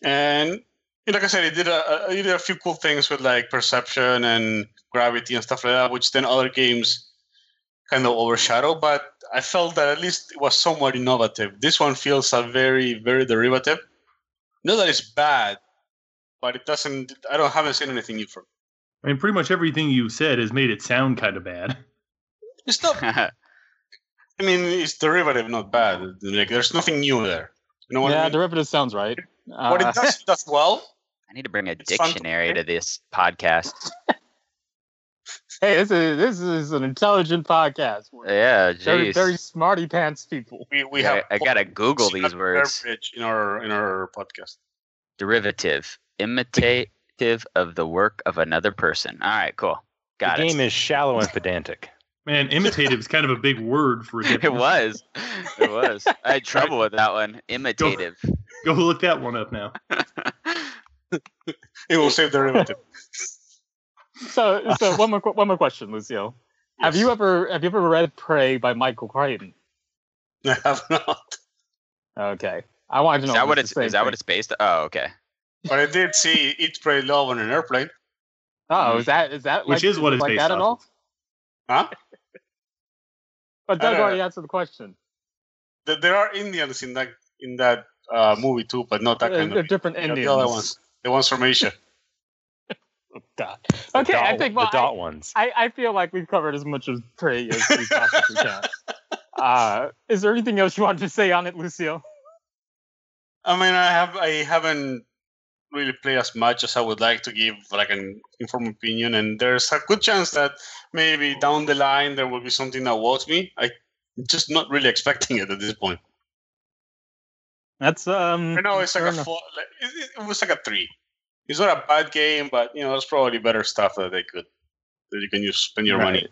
Speaker 5: and you know, like I said, it did a, a- it did a few cool things with like perception and gravity and stuff like that, which then other games kind of overshadow, but I felt that at least it was somewhat innovative. This one feels a very, very derivative. Not that it's bad, but it doesn't. I don't haven't seen anything new from. it.
Speaker 2: I mean, pretty much everything you said has made it sound kind of bad.
Speaker 5: It's not. I mean, it's derivative, not bad. Like there's nothing new there. You know what
Speaker 1: yeah,
Speaker 5: I mean?
Speaker 1: derivative sounds right. Uh,
Speaker 5: what it does, it does well.
Speaker 4: I need to bring a
Speaker 5: It's fun to
Speaker 4: dictionary to this podcast.
Speaker 1: hey, this is this is an intelligent podcast. We're
Speaker 4: Yeah,
Speaker 1: very, very
Speaker 4: jeez.
Speaker 1: smarty pants people.
Speaker 5: We we
Speaker 4: I,
Speaker 5: have.
Speaker 4: I gotta Google these
Speaker 5: Similar
Speaker 4: words.
Speaker 5: verbiage in our in our podcast.
Speaker 4: Derivative, imitative of the work of another person. All right, cool. Got
Speaker 3: the game
Speaker 4: it.
Speaker 3: is shallow and pedantic.
Speaker 2: Man, imitative is kind of a big word for a
Speaker 4: It was. It was. I had trouble with that one. Imitative.
Speaker 2: Go look that one up now.
Speaker 5: It will save derivative.
Speaker 1: So, so one more qu- one more question, Lucio. Have
Speaker 5: Yes.
Speaker 1: you ever have you ever read Prey by Michael Crichton?
Speaker 5: I have not.
Speaker 1: Okay, I wanted to
Speaker 4: Is
Speaker 1: know.
Speaker 4: that
Speaker 1: if
Speaker 4: what
Speaker 1: it's
Speaker 4: it's?
Speaker 1: the
Speaker 4: Is
Speaker 1: same
Speaker 4: that what it's based? Oh, okay.
Speaker 5: But I did see Eat, Pray, Love on an airplane.
Speaker 1: thing. Oh, is that is that
Speaker 2: Which
Speaker 1: like,
Speaker 2: is what it's
Speaker 1: like
Speaker 2: based
Speaker 1: that at
Speaker 2: off
Speaker 1: all?
Speaker 5: Huh?
Speaker 1: But Doug
Speaker 5: Uh,
Speaker 1: already answered the question.
Speaker 5: There- There are Indians in that in that uh, movie too, but not that
Speaker 1: They're,
Speaker 5: kind
Speaker 1: they're
Speaker 5: of.
Speaker 1: different
Speaker 5: you know,
Speaker 1: Indians.
Speaker 5: The other ones, the ones from Asia.
Speaker 1: God.
Speaker 3: The
Speaker 1: Okay, I
Speaker 3: dot-
Speaker 1: think well,
Speaker 3: the dot ones.
Speaker 1: I, I feel like we've covered as much of Prey as we possibly can. Uh, is there anything else you wanted to say on it, Lucio?
Speaker 5: I mean, I have I haven't really played as much as I would like to give like an informed opinion, and there's a good chance that maybe down the line there will be something that wows me. I just not really expecting it at this point.
Speaker 1: That's um.
Speaker 5: I know it's like
Speaker 1: fair
Speaker 5: a
Speaker 1: enough.
Speaker 5: four, like, it, it was like a three. It's not a bad game, but you know, there's probably better stuff that they could that you can use spend your money.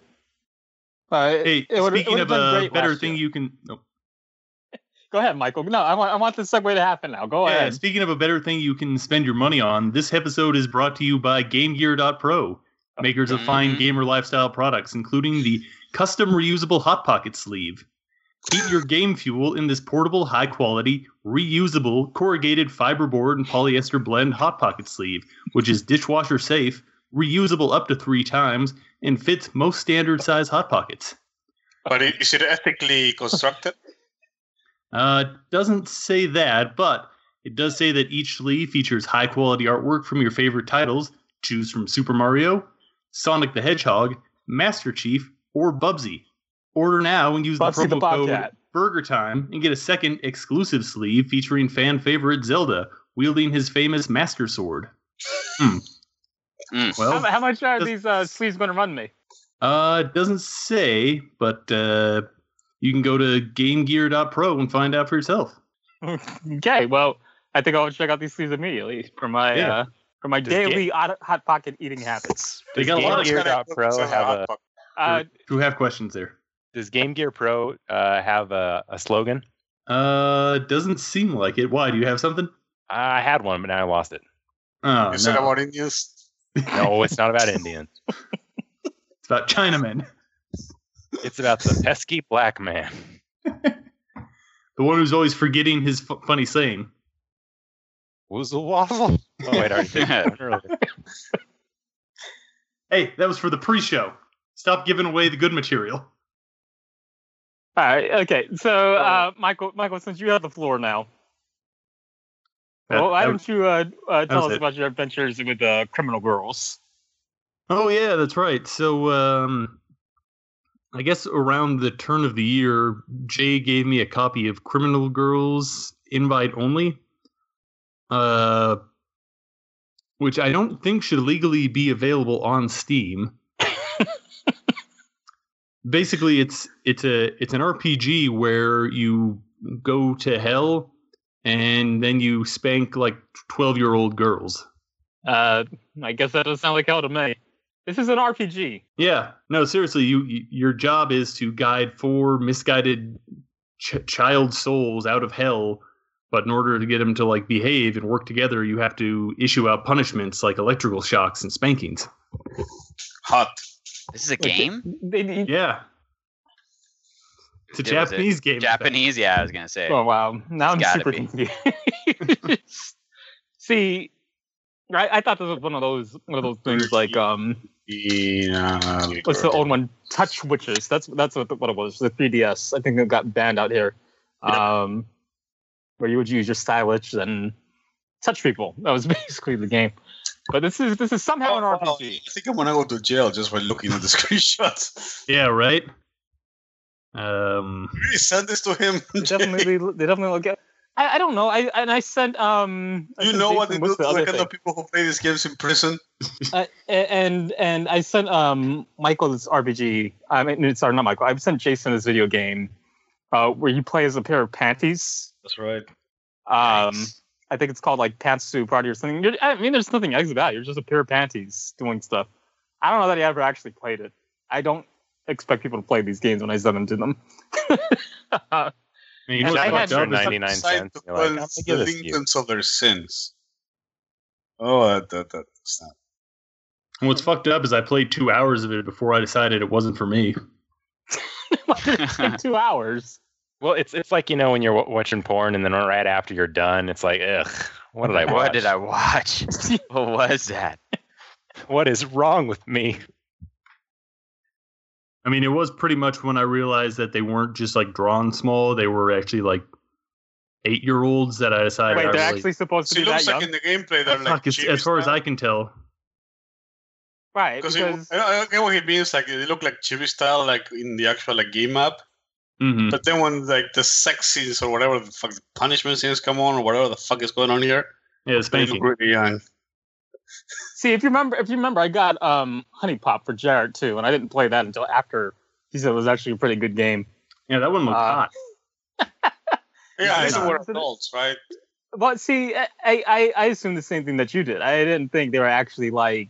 Speaker 1: Uh,
Speaker 2: Hey,
Speaker 1: would've-
Speaker 2: speaking
Speaker 1: would've
Speaker 2: of
Speaker 1: been
Speaker 2: a
Speaker 1: great
Speaker 2: better
Speaker 1: last
Speaker 2: thing
Speaker 1: year.
Speaker 2: you can. oh, No.
Speaker 1: go ahead, Michael. No, I want I want the segue to happen now. Go
Speaker 2: Yeah,
Speaker 1: ahead.
Speaker 2: speaking of a better thing you can spend your money on, this episode is brought to you by GameGear.pro, makers of fine
Speaker 4: Mhm.
Speaker 2: gamer lifestyle products, including the custom reusable Hot Pocket sleeve. Keep your game fuel in this portable, high quality, reusable, corrugated fiberboard and polyester blend Hot Pocket sleeve, which is dishwasher safe, reusable up to three times, and fits most standard size Hot Pockets.
Speaker 5: But i- is it ethically constructed?
Speaker 2: Uh, doesn't say that, but it does say that each sleeve features high quality artwork from your favorite titles. Choose from Super Mario, Sonic the Hedgehog, Master Chief, or Bubsy. Order now and use
Speaker 1: Bubsy the
Speaker 2: the promo code
Speaker 1: Bobcat.
Speaker 2: Burger Time and get a second exclusive sleeve featuring fan favorite Zelda wielding his famous Master Sword. Hmm.
Speaker 4: Mm.
Speaker 1: How,
Speaker 2: Well,
Speaker 1: how much are
Speaker 2: Does-
Speaker 1: these uh, sleeves going to run me?
Speaker 2: uh, it doesn't say, but uh, you can go to GameGear.pro and find out for yourself.
Speaker 1: okay, well, I think I'll check out these sleeves immediately for my
Speaker 2: Yeah.
Speaker 1: uh, for my
Speaker 3: Just
Speaker 1: daily hot, hot pocket eating habits.
Speaker 2: They
Speaker 3: Does
Speaker 2: got a lot
Speaker 3: Game
Speaker 2: of
Speaker 3: Gear
Speaker 5: It's kinda-
Speaker 3: dot Pro
Speaker 5: it's
Speaker 3: have
Speaker 5: hot
Speaker 3: a
Speaker 5: pocket.
Speaker 1: Uh,
Speaker 2: Who have questions there?
Speaker 3: Does Game Gear Pro uh, have a, a slogan?
Speaker 2: Uh, doesn't seem like it. Why? Do you have something?
Speaker 3: I had one, but now I lost it.
Speaker 2: Oh,
Speaker 5: Is it
Speaker 2: no.
Speaker 5: about Indians?
Speaker 3: No, it's not about Indians.
Speaker 2: it's about Chinamen.
Speaker 3: It's about the pesky black man.
Speaker 2: The one who's always forgetting his f- funny saying.
Speaker 3: Woozle wazzle. Oh wait, I already did that one earlier.
Speaker 2: Hey, that was for the pre-show. Stop giving away the good material.
Speaker 1: all right, okay. So, uh, Michael, Michael, since you have the floor now,
Speaker 2: That-
Speaker 1: well, why
Speaker 2: that-
Speaker 1: don't you uh, uh, tell
Speaker 2: was
Speaker 1: us
Speaker 2: it.
Speaker 1: about your adventures with uh, criminal girls?
Speaker 2: Oh yeah, that's right. So um I guess around the turn of the year, Jay gave me a copy of Criminal Girls Invite Only. Uh which I don't think should legally be available on Steam. Basically it's it's a it's an RPG where you go to hell and then you spank like 12 year old girls.
Speaker 1: Uh, I guess that doesn't sound like hell to me. This is an RPG.
Speaker 2: Yeah. No, seriously, you, you your job is to guide four misguided ch- child souls out of hell, but in order to get them to like behave and work together, you have to issue out punishments like electrical shocks and spankings.
Speaker 5: Hot.
Speaker 4: This is a game.
Speaker 1: They, they-
Speaker 2: Yeah. It's a
Speaker 4: It was a
Speaker 2: Japanese game. in fact.
Speaker 4: Japanese. Yeah, I was gonna say.
Speaker 1: Oh wow! Now
Speaker 4: It's
Speaker 1: I'm
Speaker 4: gotta
Speaker 1: super confused. See, I, I thought this was one of those one of those things like um,
Speaker 5: Yeah.
Speaker 1: what's the old one? Touch Witches. That's that's what, what it was. The 3DS. I think it got banned out here. Um, where you would use your stylus and touch people. That was basically the game. But this is this is somehow
Speaker 2: Oh,
Speaker 1: an RPG.
Speaker 5: I think I'm gonna go to jail just by looking at the screenshots.
Speaker 2: Yeah, right? Um
Speaker 5: Really send this to him.
Speaker 1: They definitely they definitely look at. I, I don't know. I and I sent um. I
Speaker 5: you
Speaker 1: sent
Speaker 5: know what they
Speaker 1: Jason
Speaker 5: do
Speaker 1: Woods
Speaker 5: to
Speaker 1: other
Speaker 5: the kind
Speaker 1: thing.
Speaker 5: of people who play these games in prison?
Speaker 1: uh, and and I sent um Michael this RPG. I mean, sorry, not Michael. I've sent Jason this video game uh, where you play as a pair of panties.
Speaker 5: That's right.
Speaker 1: Um, I think it's called like Pantsu Party or something. You're, I mean, there's nothing else about it. You're just a pair of panties doing stuff. I don't know that he ever actually played it. I don't expect people to play these games when I send them to them.
Speaker 2: you
Speaker 1: And
Speaker 2: know what's
Speaker 1: I
Speaker 2: fucked
Speaker 1: had-
Speaker 2: up is-
Speaker 3: 99 cents. You're like, I'm gonna give
Speaker 5: the
Speaker 3: this to you.
Speaker 5: victims of their sins. Oh, that, that, that's not.
Speaker 2: And what's fucked up is I played two hours of it before I decided it wasn't for me.
Speaker 1: Why did it take two hours?
Speaker 3: Well, it's it's like you know when you're wa- watching porn and then right after you're done, it's like, ugh, what did I watch?
Speaker 4: What did I watch? what was that?
Speaker 3: What is wrong with me?
Speaker 2: I mean, it was pretty much when I realized that they weren't just like drawn small; they were actually like eight-year-olds that I decided.
Speaker 1: Wait,
Speaker 2: I
Speaker 1: they're
Speaker 2: was
Speaker 1: actually supposed to
Speaker 5: So
Speaker 1: be
Speaker 5: it
Speaker 1: that
Speaker 5: looks
Speaker 1: young,
Speaker 5: like in the gameplay they're
Speaker 2: like,
Speaker 5: like.
Speaker 2: fuck, it's- as far as I can tell,
Speaker 1: right?
Speaker 5: Because
Speaker 1: Because
Speaker 5: I, don't- I don't get what he means. Like they look like chibi style, like in the actual like game map.
Speaker 2: hmm
Speaker 5: But then when like the sex scenes or whatever the fuck the punishment scenes come on or whatever the fuck is going on here,
Speaker 2: yeah,
Speaker 5: they look
Speaker 2: spanking.
Speaker 5: really young.
Speaker 1: See, if you remember, if you remember, I got um, Honey Pop for Jared too, and I didn't play that until after he said it was actually a pretty good game.
Speaker 2: Yeah, that one looked
Speaker 1: Uh,
Speaker 2: hot.
Speaker 5: Yeah,
Speaker 2: Yeah,
Speaker 5: these
Speaker 2: no.
Speaker 5: were adults, right?
Speaker 1: But see, I, I I assumed the same thing that you did. I didn't think they were actually like.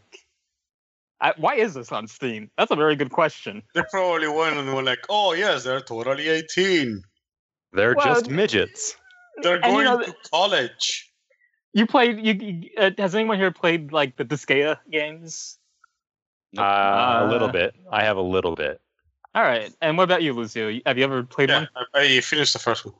Speaker 1: I, why is this on Steam? That's a very good question.
Speaker 5: They probably went and were like, "Oh yes, they're totally 18.
Speaker 3: They're
Speaker 1: Well,
Speaker 3: just midgets.
Speaker 5: They're
Speaker 1: And, you
Speaker 5: going
Speaker 1: know,
Speaker 5: to college."
Speaker 1: You played. You, you uh, has anyone here played like the Disgaea games?
Speaker 3: Uh, a
Speaker 1: Uh,
Speaker 3: little bit. I have a little bit.
Speaker 1: All right. And what about you, Lucio? Have you ever played
Speaker 5: Yeah,
Speaker 1: one?
Speaker 5: I, I finished the first one.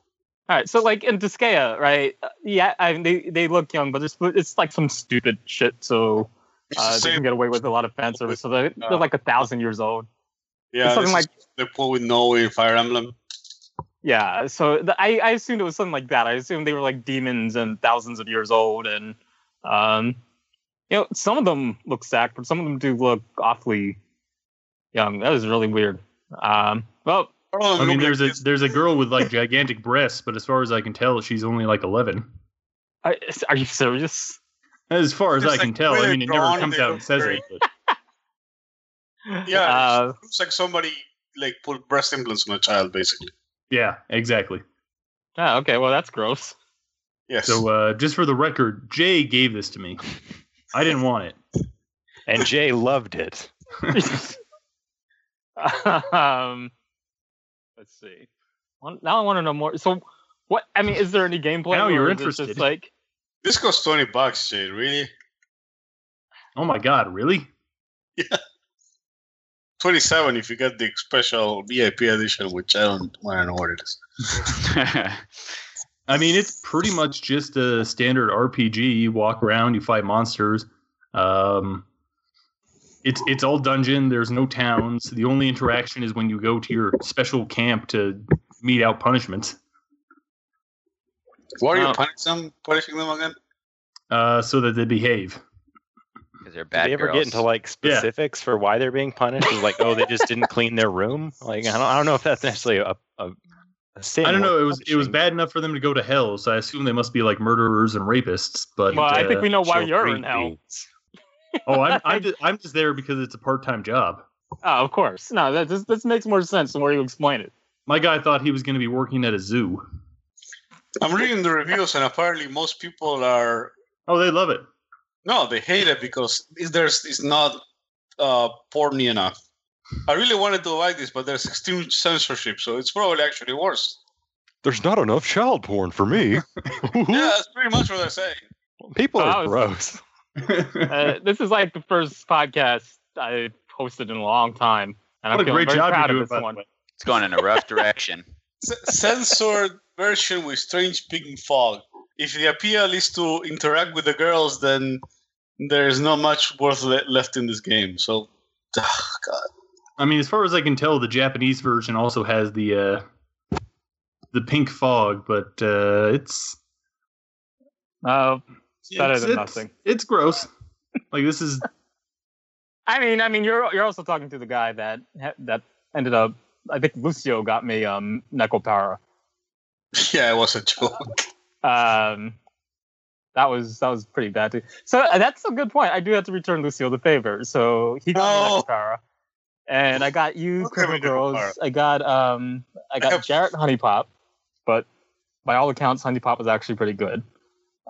Speaker 2: Uh,
Speaker 1: All right. So like in Disgaea, right? uh, Yeah, I mean, they they look young, but it's it's like some stupid shit. So
Speaker 5: It's the
Speaker 1: uh, they
Speaker 5: same. uh,
Speaker 1: can get away with a lot of fan service. So they're, they're like a thousand years old.
Speaker 5: yeah,
Speaker 1: something
Speaker 5: something
Speaker 1: like-
Speaker 5: like the pool with Noe in Fire Emblem.
Speaker 1: Yeah, so the, I, I assumed it was something like that. I assumed they were like demons and thousands of years old, and um, you know, some of them look sacked, but some of them do look awfully young. That was really weird. Um, well,
Speaker 5: Oh,
Speaker 2: I mean,
Speaker 5: look
Speaker 2: there's a
Speaker 5: like this.
Speaker 2: there's a girl with like gigantic breasts, but as far as I can tell, she's only like eleven.
Speaker 1: I, are you serious?
Speaker 2: As far as
Speaker 5: It's
Speaker 2: I can
Speaker 5: like
Speaker 2: tell, I
Speaker 5: really
Speaker 2: mean, it never
Speaker 5: drawn,
Speaker 2: comes
Speaker 5: they
Speaker 2: out
Speaker 5: look
Speaker 2: and says
Speaker 5: very-
Speaker 2: it. But
Speaker 5: Yeah,
Speaker 1: Uh,
Speaker 5: it looks like somebody like put breast implants on a child, basically.
Speaker 2: yeah, exactly.
Speaker 1: ah, okay. Well, that's gross.
Speaker 5: Yes.
Speaker 2: So, uh, just for the record, Jay gave this to me. I didn't want it.
Speaker 3: And Jay loved it.
Speaker 1: um, let's see. Well, now I want to know more. So, what? I mean, is there any gameplay?
Speaker 2: Now you're
Speaker 1: or is it just
Speaker 2: interested.
Speaker 1: like,
Speaker 5: this costs twenty bucks, Jade. Really?
Speaker 2: Oh my god, really?
Speaker 5: Twenty-seven if you get the special VIP edition, which I don't, I don't know what it is.
Speaker 2: I mean, it's pretty much just a standard RPG. You walk around, you fight monsters. Um, it's it's all dungeon. There's no towns. The only interaction is when you go to your special camp to mete out punishments.
Speaker 5: Why are you
Speaker 1: No.
Speaker 5: punishing them? Punishing them again?
Speaker 2: Uh, so that they behave.
Speaker 4: Because they're
Speaker 3: Did
Speaker 4: bad
Speaker 3: they ever
Speaker 4: girls.
Speaker 3: get into like
Speaker 2: Yeah.
Speaker 3: specifics for why they're being punished? It was like, oh, they just didn't clean their room. Like, I don't, I don't know if that's necessarily a, a, a sin.
Speaker 2: I don't
Speaker 3: worth
Speaker 2: know. It was it was
Speaker 3: punishing.
Speaker 2: bad enough for them to go to hell. So I assume they must be like murderers and rapists. But
Speaker 1: well, I think
Speaker 2: uh,
Speaker 1: we know why
Speaker 3: So
Speaker 1: you're in hell.
Speaker 3: creepy.
Speaker 2: oh, I'm I'm just, I'm just there because it's a part time job.
Speaker 1: Oh, of course. No, that this, this makes more sense the more you explain it.
Speaker 2: My guy thought he was going to be working at a zoo.
Speaker 5: I'm reading the reviews, and apparently most people are
Speaker 2: Oh, they love it.
Speaker 5: no, they hate it because there's it's not uh, porny enough. I really wanted to like this, but there's extreme censorship, so it's probably actually worse.
Speaker 6: There's not enough child porn for me.
Speaker 5: Yeah, that's pretty much what they're saying.
Speaker 6: People
Speaker 1: Oh,
Speaker 6: are
Speaker 1: I was-
Speaker 6: gross.
Speaker 1: Uh, this is like the first podcast I posted in a long time,
Speaker 2: What a
Speaker 1: and I'm feeling
Speaker 2: great
Speaker 1: very
Speaker 2: job you
Speaker 1: proud
Speaker 2: do it,
Speaker 1: of
Speaker 2: by
Speaker 1: this
Speaker 2: the
Speaker 1: one.
Speaker 2: way.
Speaker 4: It's going in a rough direction.
Speaker 5: C- censored version with strange pink fog. If the appeal is to interact with the girls, then there is not much worth le- left in this game. So, ah, God.
Speaker 2: I mean, as far as I can tell, the Japanese version also has the uh, the pink fog, but uh, it's
Speaker 1: Uh, Better
Speaker 2: it's-
Speaker 1: than
Speaker 2: it's-
Speaker 1: nothing.
Speaker 2: It's gross. like this is
Speaker 1: I mean, I mean, you're you're also talking to the guy that that ended up. I think Lucio got me um Necopara.
Speaker 5: yeah, it was a joke.
Speaker 1: Um, that was that was pretty bad too. So uh, that's a good point. I do have to return Lucio the favor. So he got
Speaker 5: No.
Speaker 1: me Necopara, and I got you,
Speaker 5: Okay,
Speaker 1: Criminal
Speaker 5: we did
Speaker 1: Girls.
Speaker 5: Necropara.
Speaker 1: I got um, I got Jarrett Honey Pop, but by all accounts, Honey Pop was actually pretty good.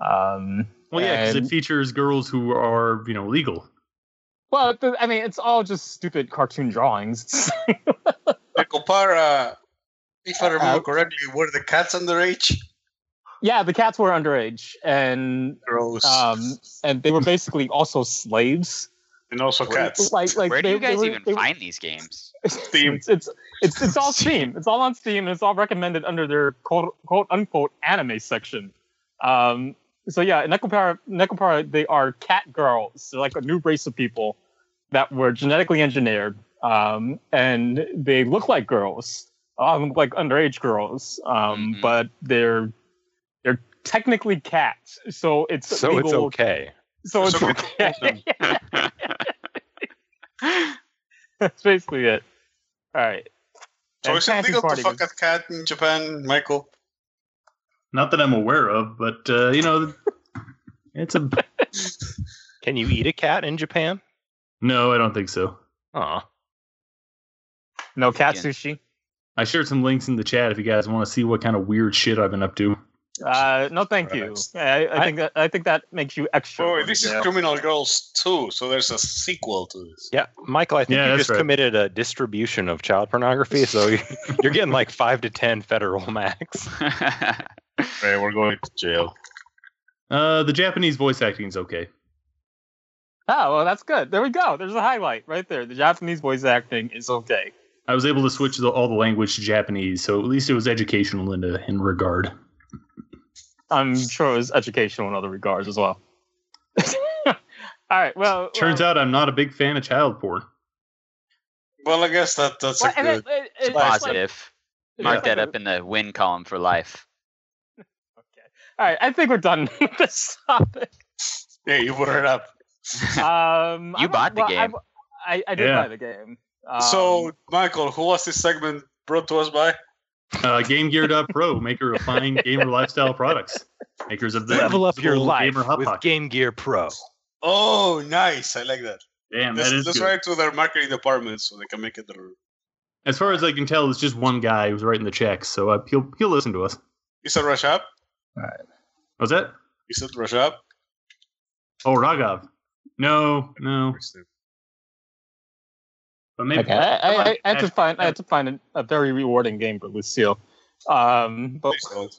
Speaker 1: Um,
Speaker 2: well, yeah, because it
Speaker 1: And-
Speaker 2: features girls who are you know legal.
Speaker 1: well, th- I mean, it's all just stupid cartoon drawings.
Speaker 5: The Copara, if I remember
Speaker 1: Uh,
Speaker 5: correctly, were the cats underage?
Speaker 1: yeah, the cats were underage, and
Speaker 5: Gross.
Speaker 1: um, and they were basically also slaves.
Speaker 5: and also cats.
Speaker 1: Like, like
Speaker 4: Where do
Speaker 1: they,
Speaker 4: you
Speaker 1: they
Speaker 4: guys
Speaker 1: were-
Speaker 4: even
Speaker 1: they were-
Speaker 4: find these games?
Speaker 5: Steam.
Speaker 1: It's, it's it's it's all Steam. It's all on Steam, and it's all recommended under their quote, quote unquote anime section. Um, so yeah, Necopara, Necopara, they are cat girls. They're like a new race of people that were genetically engineered, um, and they look like girls, um, like underage girls, um,
Speaker 3: Mm-hmm.
Speaker 4: Mhm.
Speaker 1: but they're they're technically cats. So it's
Speaker 3: So it's
Speaker 1: legal-
Speaker 3: okay.
Speaker 1: So it's
Speaker 5: So we
Speaker 1: okay. That's basically it. All right.
Speaker 5: So
Speaker 1: And
Speaker 5: is it
Speaker 1: Fancy
Speaker 5: legal to
Speaker 1: Party
Speaker 5: fuck a cat in Japan, Michael?
Speaker 2: Not that I'm aware of, but uh, you know, it's a
Speaker 3: Can you eat a cat in Japan?
Speaker 2: no. I don't think so.
Speaker 3: Aw.
Speaker 1: No cat
Speaker 4: Yeah.
Speaker 1: sushi.
Speaker 2: I shared some links in the chat if you guys want to see what kind of weird shit I've been up to.
Speaker 1: Uh, no, thank you.
Speaker 5: Christ.
Speaker 1: I, I
Speaker 3: I-
Speaker 1: think that, I think that makes you extra.
Speaker 5: Oh, this is Criminal Girls 2, so there's a sequel to this.
Speaker 3: Yeah, Michael, I think
Speaker 2: Yeah,
Speaker 3: you
Speaker 2: that's
Speaker 3: just
Speaker 2: right.
Speaker 3: committed a distribution of child pornography, so you're getting like five to ten federal max.
Speaker 5: Okay, we're going to jail.
Speaker 2: Uh, the Japanese voice acting is okay.
Speaker 1: Oh, well, that's good. There we go. There's a highlight right there. The Japanese voice acting is okay.
Speaker 2: I was able to switch the, all the language to Japanese, so at least it was educational in, a, in regard.
Speaker 1: I'm sure it was educational in other regards as well. All right. Well,
Speaker 2: Turns out I'm not a big fan of child porn.
Speaker 5: Well, I guess that that's
Speaker 1: well,
Speaker 5: a
Speaker 1: and
Speaker 5: good.
Speaker 1: it- it- it's like-
Speaker 4: Positive.
Speaker 1: it's
Speaker 4: Mark
Speaker 1: like
Speaker 4: that
Speaker 1: a-
Speaker 4: up in the win column for life.
Speaker 1: All right. I think we're done with this topic.
Speaker 5: Yeah, you brought it up.
Speaker 1: Um, I-
Speaker 4: You bought the
Speaker 1: well, I-
Speaker 4: game.
Speaker 1: I, I did
Speaker 2: Yeah.
Speaker 1: buy the game. Um,
Speaker 5: so, Michael, who was this segment brought to us by?
Speaker 2: Uh, Game Geared Up Pro, maker of fine gamer lifestyle products. Makers of the
Speaker 3: Level up your
Speaker 2: invisible
Speaker 3: life
Speaker 2: gamer hot
Speaker 3: with
Speaker 2: pocket.
Speaker 3: Game Gear Pro.
Speaker 5: Oh, nice. I like that.
Speaker 2: Damn,
Speaker 5: Let's,
Speaker 2: that is
Speaker 5: let's
Speaker 2: good.
Speaker 5: write to their marketing department so they can make it. Their...
Speaker 2: As far as I can tell, it's just one guy who's writing the checks, so uh, he'll he'll listen to us.
Speaker 5: Is it Rajab?
Speaker 2: Was that?
Speaker 5: Is it Rajab?
Speaker 2: Oh, Raghav. No,
Speaker 5: Oh.
Speaker 2: no. But maybe
Speaker 1: Okay, I, I, I, I had to find I had to find a, a very rewarding game for Lucille. Um, but
Speaker 5: Please don't.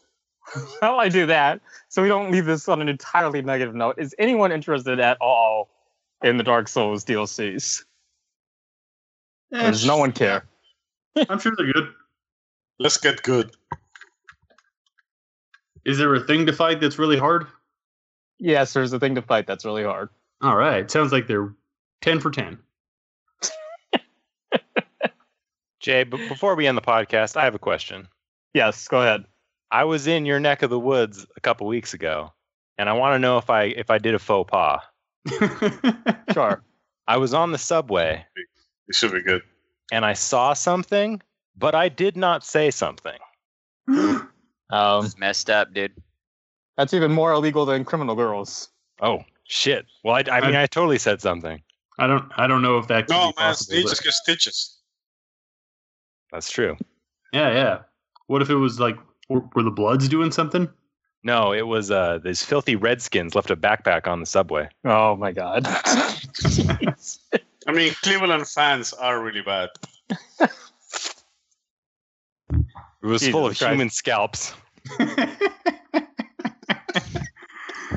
Speaker 1: while I do that, so we don't leave this on an entirely negative note, is anyone interested at all in the Dark Souls DLCs?
Speaker 2: Eh,
Speaker 1: Or Does no one care?
Speaker 2: I'm sure they're good.
Speaker 5: Let's get good.
Speaker 2: Is there a thing to fight that's really hard?
Speaker 1: Yes, there's a thing to fight that's really hard.
Speaker 2: All right. Sounds like they're 10 for 10.
Speaker 3: Jay, but before we end the podcast, I have a question.
Speaker 1: Yes, go ahead.
Speaker 3: I was in your neck of the woods a couple weeks ago, and I want to know if I if I did a faux pas.
Speaker 1: Sure.
Speaker 3: I was on the subway
Speaker 5: It should be good.
Speaker 3: and I saw something, but I did not say something.
Speaker 1: um,
Speaker 4: It's messed up, dude.
Speaker 1: that's even more illegal than Criminal Girls.
Speaker 3: Oh shit! Well, I, I mean, I totally said something.
Speaker 2: I don't I don't know if that could
Speaker 5: No,
Speaker 2: be
Speaker 5: man,
Speaker 2: possible.
Speaker 5: ninjas
Speaker 2: but-
Speaker 5: get stitches.
Speaker 3: That's true.
Speaker 2: Yeah, yeah. What if it was like were, were the Bloods doing something?
Speaker 3: No, it was uh, these filthy redskins left a backpack on the subway.
Speaker 1: Oh my god.
Speaker 5: I mean, Cleveland fans are really bad.
Speaker 3: It was
Speaker 1: Jesus
Speaker 3: full of
Speaker 1: Christ.
Speaker 3: human scalps.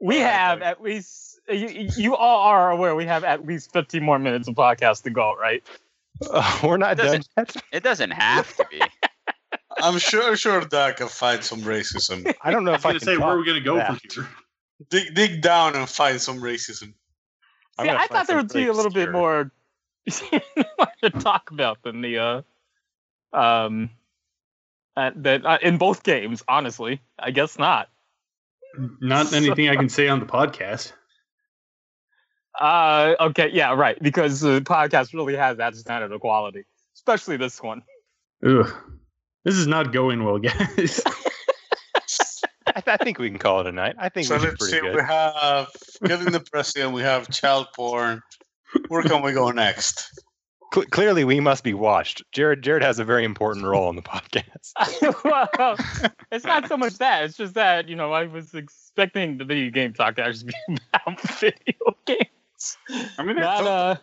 Speaker 1: We
Speaker 5: All right,
Speaker 1: have
Speaker 5: buddy.
Speaker 1: at least you, you all are aware we have at least 15 more minutes of podcast to go, right?
Speaker 3: Uh, we're not done
Speaker 4: Doesn't-
Speaker 3: yet.
Speaker 4: It doesn't have to be.
Speaker 5: I'm sure, sure Doug can find some racism.
Speaker 3: I don't know
Speaker 2: I was
Speaker 3: if I
Speaker 2: going
Speaker 3: can
Speaker 2: to say,
Speaker 3: talk.
Speaker 2: where are we going to go
Speaker 3: that.
Speaker 2: from here?
Speaker 5: dig, dig down and find some racism.
Speaker 1: See,
Speaker 3: I'm gonna
Speaker 1: I
Speaker 3: find
Speaker 1: thought there
Speaker 3: some
Speaker 1: would be a
Speaker 3: pretty
Speaker 1: little bit
Speaker 3: obscure-
Speaker 1: more to talk about than the uh, um, uh, that uh, in both games. Honestly, I guess not.
Speaker 2: Not anything I can say on the podcast.
Speaker 1: Uh, okay, yeah, right. Because the podcast really has that standard of quality, especially this one.
Speaker 2: Ugh. This is not going well, guys.
Speaker 3: I, th- I think we can call it a night. I think
Speaker 5: So
Speaker 3: we did
Speaker 5: let's
Speaker 3: pretty
Speaker 5: see. We
Speaker 3: good.
Speaker 5: have getting the president. We have child porn. Where can we go next?
Speaker 3: Cle clearly, we must be watched. Jared Jared has a very important role on the podcast.
Speaker 1: well, it's not so much that. It's just that you know I was expecting the video game talk to actually be about video games.
Speaker 5: I mean,
Speaker 1: Not uh.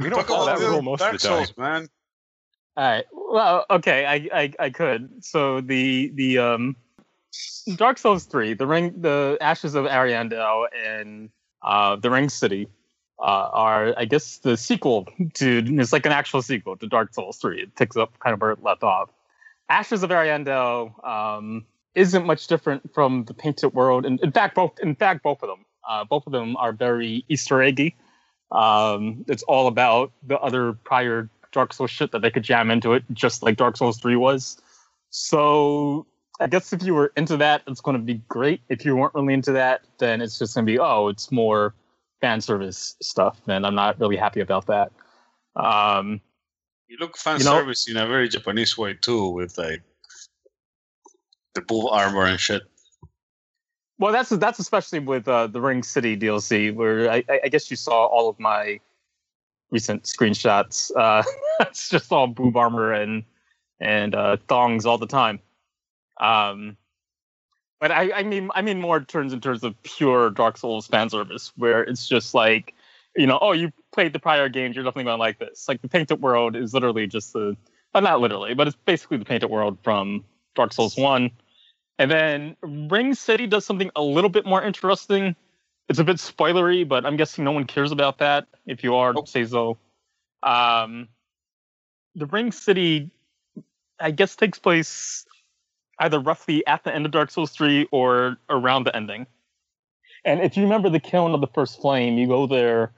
Speaker 3: We don't follow that rule most of the time.
Speaker 5: man.
Speaker 1: All right. Well, okay, I, I I could. So the the um Dark Souls 3, the ring the ashes of Ariandel and uh the Ring City uh, are I guess the sequel to it's like an actual sequel to Dark Souls 3. It picks up kind of where it left off. Ashes of Ariandel um isn't much different from the Painted World and in fact both in fact both of them. Uh, both of them are very Easter eggy. Um, it's all about the other prior Dark Souls shit that they could jam into it, just like Dark Souls 3 was. So I guess if you were into that, it's going to be great. If you weren't really into that, then it's just going to be, oh, it's more fan service stuff, and I'm not really happy about that. Um,
Speaker 5: You look fan
Speaker 1: You know-
Speaker 5: service in a very Japanese way too, with like the bull armor and shit.
Speaker 1: Well, that's that's especially with uh, the Ring City DLC, where I, I I guess you saw all of my recent screenshots. Uh, it's just all boob armor and and uh, thongs all the time. Um, but I, I mean, I mean more turns in terms of pure Dark Souls fan service, where it's just like, you know, oh, you played the prior games, you're definitely going to like this. Like the Painted World is literally just the, well, not literally, but it's basically the Painted World from Dark Souls One. And then Ring City does something a little bit more interesting. It's a bit spoilery, but I'm guessing no one cares about that. If you are,
Speaker 5: Nope.
Speaker 1: say so. Um, the Ring City, I guess, takes place either roughly at the end of Dark Souls 3 or around the ending. And if you remember the kiln of the first flame, you go there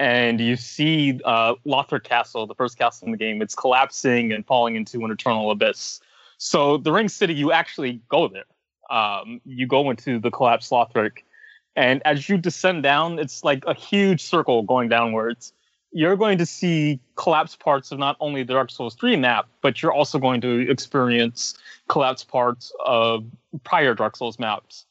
Speaker 1: and you see uh, Lothar Castle, the first castle in the game. It's collapsing and falling into an eternal abyss. So the Ring City, you actually go there. Um, you go into the collapsed Lothric, and as you descend down, it's like a huge circle going downwards. You're going to see collapsed parts of not only the Dark Souls 3 map, but you're also going to experience collapsed parts of prior Dark Souls maps.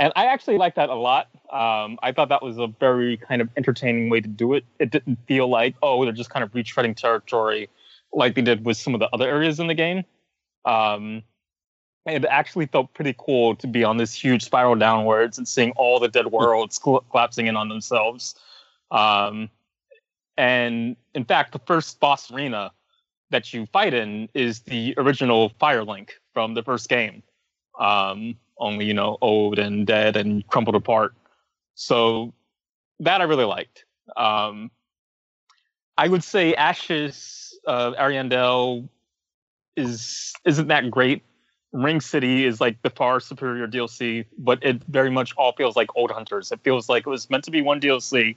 Speaker 1: And I actually like that a lot. Um, I thought that was a very kind of entertaining way to do it. It didn't feel like, oh, they're just kind of retreading territory like they did with some of the other areas in the game um, it actually felt pretty cool to be on this huge spiral downwards and seeing all the dead worlds cl- collapsing in on themselves. Um, and in fact, the first boss arena that you fight in is the original Firelink from the first game, um, only you know old and dead and crumpled apart. So that I really liked. Um, I would say Ashes of Ariandel is isn't that great. Ring City is like the far superior DLC, but it very much all feels like old hunters. It feels like it was meant to be one DLC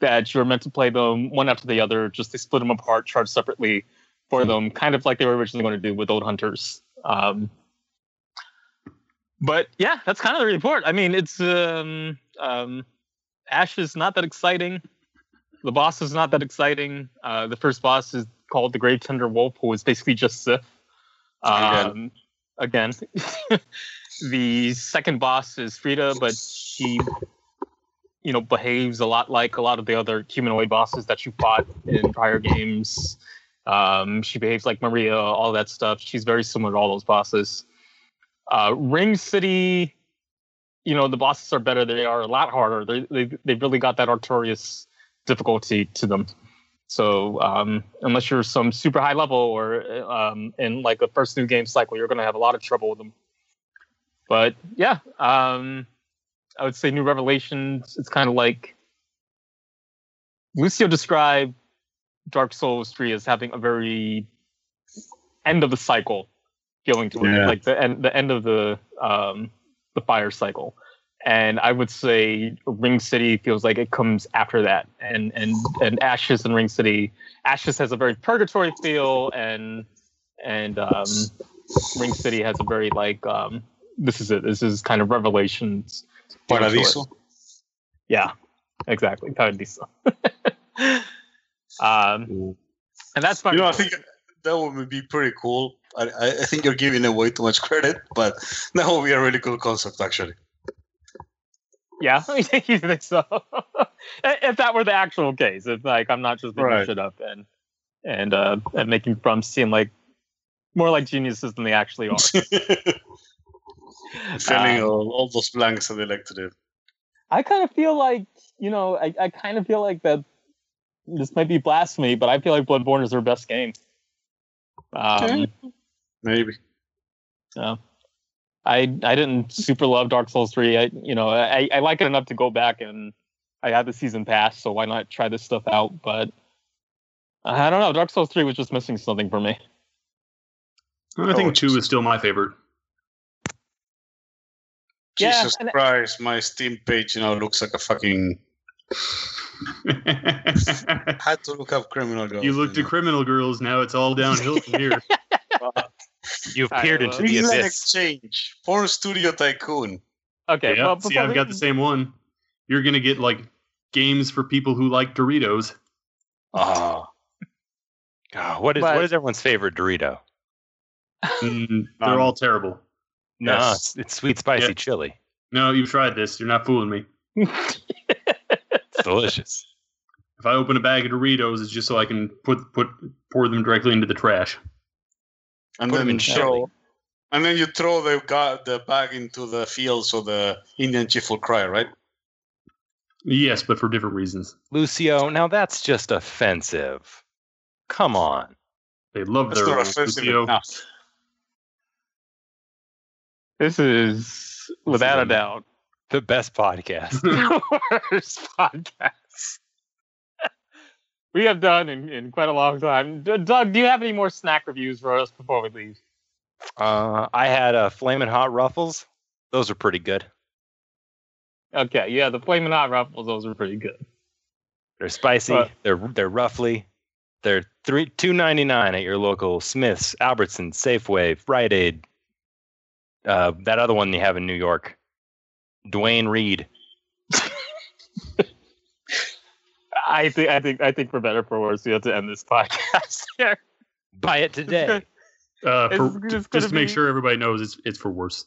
Speaker 1: that you were meant to play them one after the other. Just they split them apart, charged separately for them, kind of like they were originally going to do with old hunters. Um, but yeah, that's kind of the report. I mean, it's um, um, Ash is not that exciting. The boss is not that exciting. Uh, the first boss is called the Grave Tender Wolf, who is basically just Sith. Um, again, the second boss is Frida, but she, you know, behaves a lot like a lot of the other humanoid bosses that you fought in prior games. Um, she behaves like Maria, all that stuff. She's very similar to all those bosses. Uh, Ring City, you know, the bosses are better. They are a lot harder. They, they, they've really got that Artorias difficulty to them. So um, unless you're some super high level or um, in like the first new game cycle, you're going to have a lot of trouble with them. But yeah, um, I would say New Revelations. It's kind of like Lucio described Dark Souls three as having a very end of the cycle feeling to it,
Speaker 2: Yeah.
Speaker 1: like the end the end of the um, the fire cycle. And I would say Ring City feels like it comes after that, and and and Ashes and Ring City. Ashes has a very purgatory feel, and and um, Ring City has a very like um, this is it. This is kind of revelations.
Speaker 5: Paradiso.
Speaker 1: Yeah, exactly. Paradiso. um, and that's my
Speaker 5: You know, I think that would be pretty cool. I, I I think you're giving away too much credit, but that would be a really cool concept, actually.
Speaker 1: yeah. you think so? if that were the actual case, if like I'm not just making
Speaker 5: Right.
Speaker 1: shit up and and uh, and making Brums seem like more like geniuses than they actually are.
Speaker 5: Filling
Speaker 1: Um,
Speaker 5: all, all those blanks that they like to do.
Speaker 1: I kind of feel like you know, I, I kind of feel like that. This might be blasphemy, but I feel like Bloodborne is their best game. Um,
Speaker 5: Okay. Maybe.
Speaker 1: I I didn't super love Dark Souls three. I you know I, I like it enough to go back and I had the season pass, so why not try this stuff out? But I don't know. Dark Souls three was just missing something for me.
Speaker 2: I
Speaker 1: Oh,
Speaker 2: think two is still my favorite.
Speaker 1: Yeah,
Speaker 5: Jesus
Speaker 1: and-
Speaker 5: Christ, my Steam page now looks like a fucking. had to look up criminal girls.
Speaker 2: you looked at
Speaker 5: know.
Speaker 2: criminal girls. Now it's all downhill from here.
Speaker 3: You've
Speaker 1: I
Speaker 3: peered
Speaker 1: love-
Speaker 3: into the
Speaker 5: Greenland
Speaker 3: abyss.
Speaker 5: Exchange, Porn Studio Tycoon.
Speaker 1: Okay,
Speaker 2: yeah,
Speaker 1: well,
Speaker 2: see,
Speaker 1: before
Speaker 2: I've
Speaker 1: we-
Speaker 2: got the same one. You're gonna get like games for people who like Doritos.
Speaker 5: Ah,
Speaker 3: God, what is
Speaker 1: But-
Speaker 3: what is everyone's favorite Dorito?
Speaker 2: Mm,
Speaker 1: Um,
Speaker 2: they're all terrible.
Speaker 3: No,
Speaker 5: Yes.
Speaker 3: Ah, it's, it's sweet spicy
Speaker 2: Yeah.
Speaker 3: chili.
Speaker 2: No, you've tried this. You're not fooling me.
Speaker 3: It's delicious.
Speaker 2: If I open a bag of Doritos, it's just so I can put put pour them directly into the trash.
Speaker 5: and
Speaker 3: Put 'em
Speaker 5: then
Speaker 3: in
Speaker 5: throw, and then you throw the ga- the bag into the field so the Indian chief will cry, right?
Speaker 2: Yes, but for different reasons.
Speaker 3: Lucio, now that's just offensive. Come on.
Speaker 2: They love
Speaker 5: That's
Speaker 2: their
Speaker 5: not
Speaker 2: rules,
Speaker 5: offensive
Speaker 2: Lucio.
Speaker 5: enough.
Speaker 1: this is without a doubt
Speaker 3: The best podcast.
Speaker 1: worst podcast we have done in, in quite a long time. D- Doug, do you have any more snack reviews for us before we leave?
Speaker 3: Uh, I had uh, Flamin' Hot Ruffles. Those are pretty good.
Speaker 1: Okay, yeah, the flaming hot ruffles, those are pretty good.
Speaker 3: They're spicy.
Speaker 1: Uh,
Speaker 3: they're they're roughly. They're three two ninety nine at your local Smith's, Albertson, Safeway, Rite Aid. Uh, that other one you have in New York, Dwayne Reed.
Speaker 1: I think I think I think for better or for worse, we have to end this podcast here.
Speaker 3: Buy it today.
Speaker 2: Uh,
Speaker 1: It's-
Speaker 2: for,
Speaker 1: it's
Speaker 2: just
Speaker 1: gonna
Speaker 2: to make
Speaker 1: be-
Speaker 2: sure everybody knows, it's it's for worse.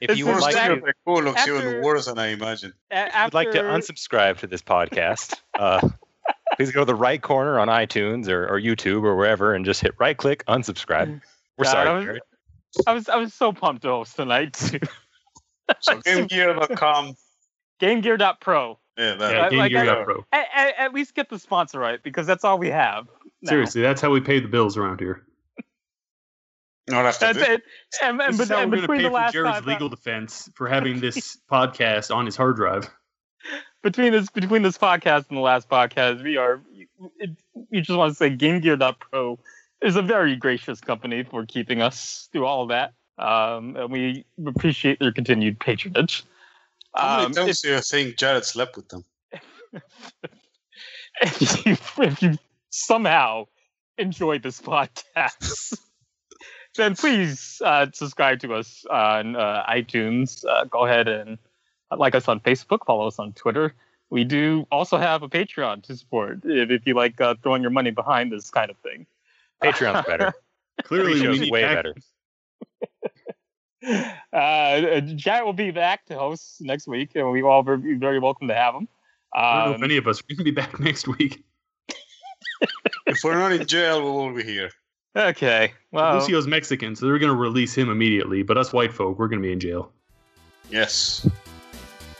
Speaker 3: If you
Speaker 1: This
Speaker 3: would
Speaker 1: is
Speaker 3: like,
Speaker 1: Zach.
Speaker 3: to, if
Speaker 5: Porn Studio Tycoon looks
Speaker 1: After-
Speaker 5: even worse than I imagined.
Speaker 1: A-
Speaker 3: you would
Speaker 1: After,
Speaker 3: like to unsubscribe to this podcast, uh, please go to the right corner on iTunes or, or YouTube or wherever, and just hit right click
Speaker 1: Mm.
Speaker 3: unsubscribe. We're
Speaker 1: Yeah,
Speaker 3: sorry.
Speaker 1: I was-
Speaker 3: Jared.
Speaker 1: I was I was so pumped to host tonight too.
Speaker 5: So GameGear.com.
Speaker 1: GameGear.pro.
Speaker 5: Yeah, that.
Speaker 2: Yeah,
Speaker 1: I-
Speaker 2: Game
Speaker 1: like,
Speaker 2: Gear
Speaker 1: I-
Speaker 2: got pro.
Speaker 1: At, at, at least get the sponsor right because that's all we have. now.
Speaker 2: Seriously, that's how we pay the bills around here.
Speaker 5: Not after
Speaker 1: That's
Speaker 5: this.
Speaker 1: it. And, and,
Speaker 2: this is
Speaker 1: bet-
Speaker 2: how
Speaker 1: and
Speaker 2: we're going to
Speaker 1: between
Speaker 2: pay
Speaker 1: the
Speaker 2: for
Speaker 1: last uh,
Speaker 2: Jared's
Speaker 1: time,
Speaker 2: legal defense for having this podcast on his hard drive.
Speaker 1: between this between this podcast and the last podcast, we are. It, you just want to say GameGear.pro is a very gracious company for keeping us through all of that, um, and we appreciate their continued patronage.
Speaker 5: How many
Speaker 1: Um,
Speaker 5: times do you think Jared slept with them?
Speaker 1: if you, if you somehow enjoyed this podcast, then please uh, subscribe to us on uh, iTunes. Uh, go ahead and like us on Facebook, follow us on Twitter. We do also have a Patreon to support if, if you like uh, throwing your money behind this kind of thing.
Speaker 3: Patreon's better.
Speaker 2: Clearly, we
Speaker 3: Show's
Speaker 2: need
Speaker 3: way
Speaker 2: act-
Speaker 3: better.
Speaker 1: Uh, Jarrett will be back to host next week, and we all be be very welcome to have him.
Speaker 2: I don't know if
Speaker 1: Um,
Speaker 2: any of us we can be back next week.
Speaker 5: If we're not in jail, we will be here.
Speaker 1: okay. Well,
Speaker 2: Lucio's Mexican, so they're going to release him immediately. But us white folk, we're going to be in jail.
Speaker 5: Yes.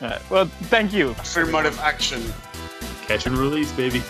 Speaker 7: All right. Well, thank you.
Speaker 1: Affirmative action.
Speaker 5: Catch and release, baby.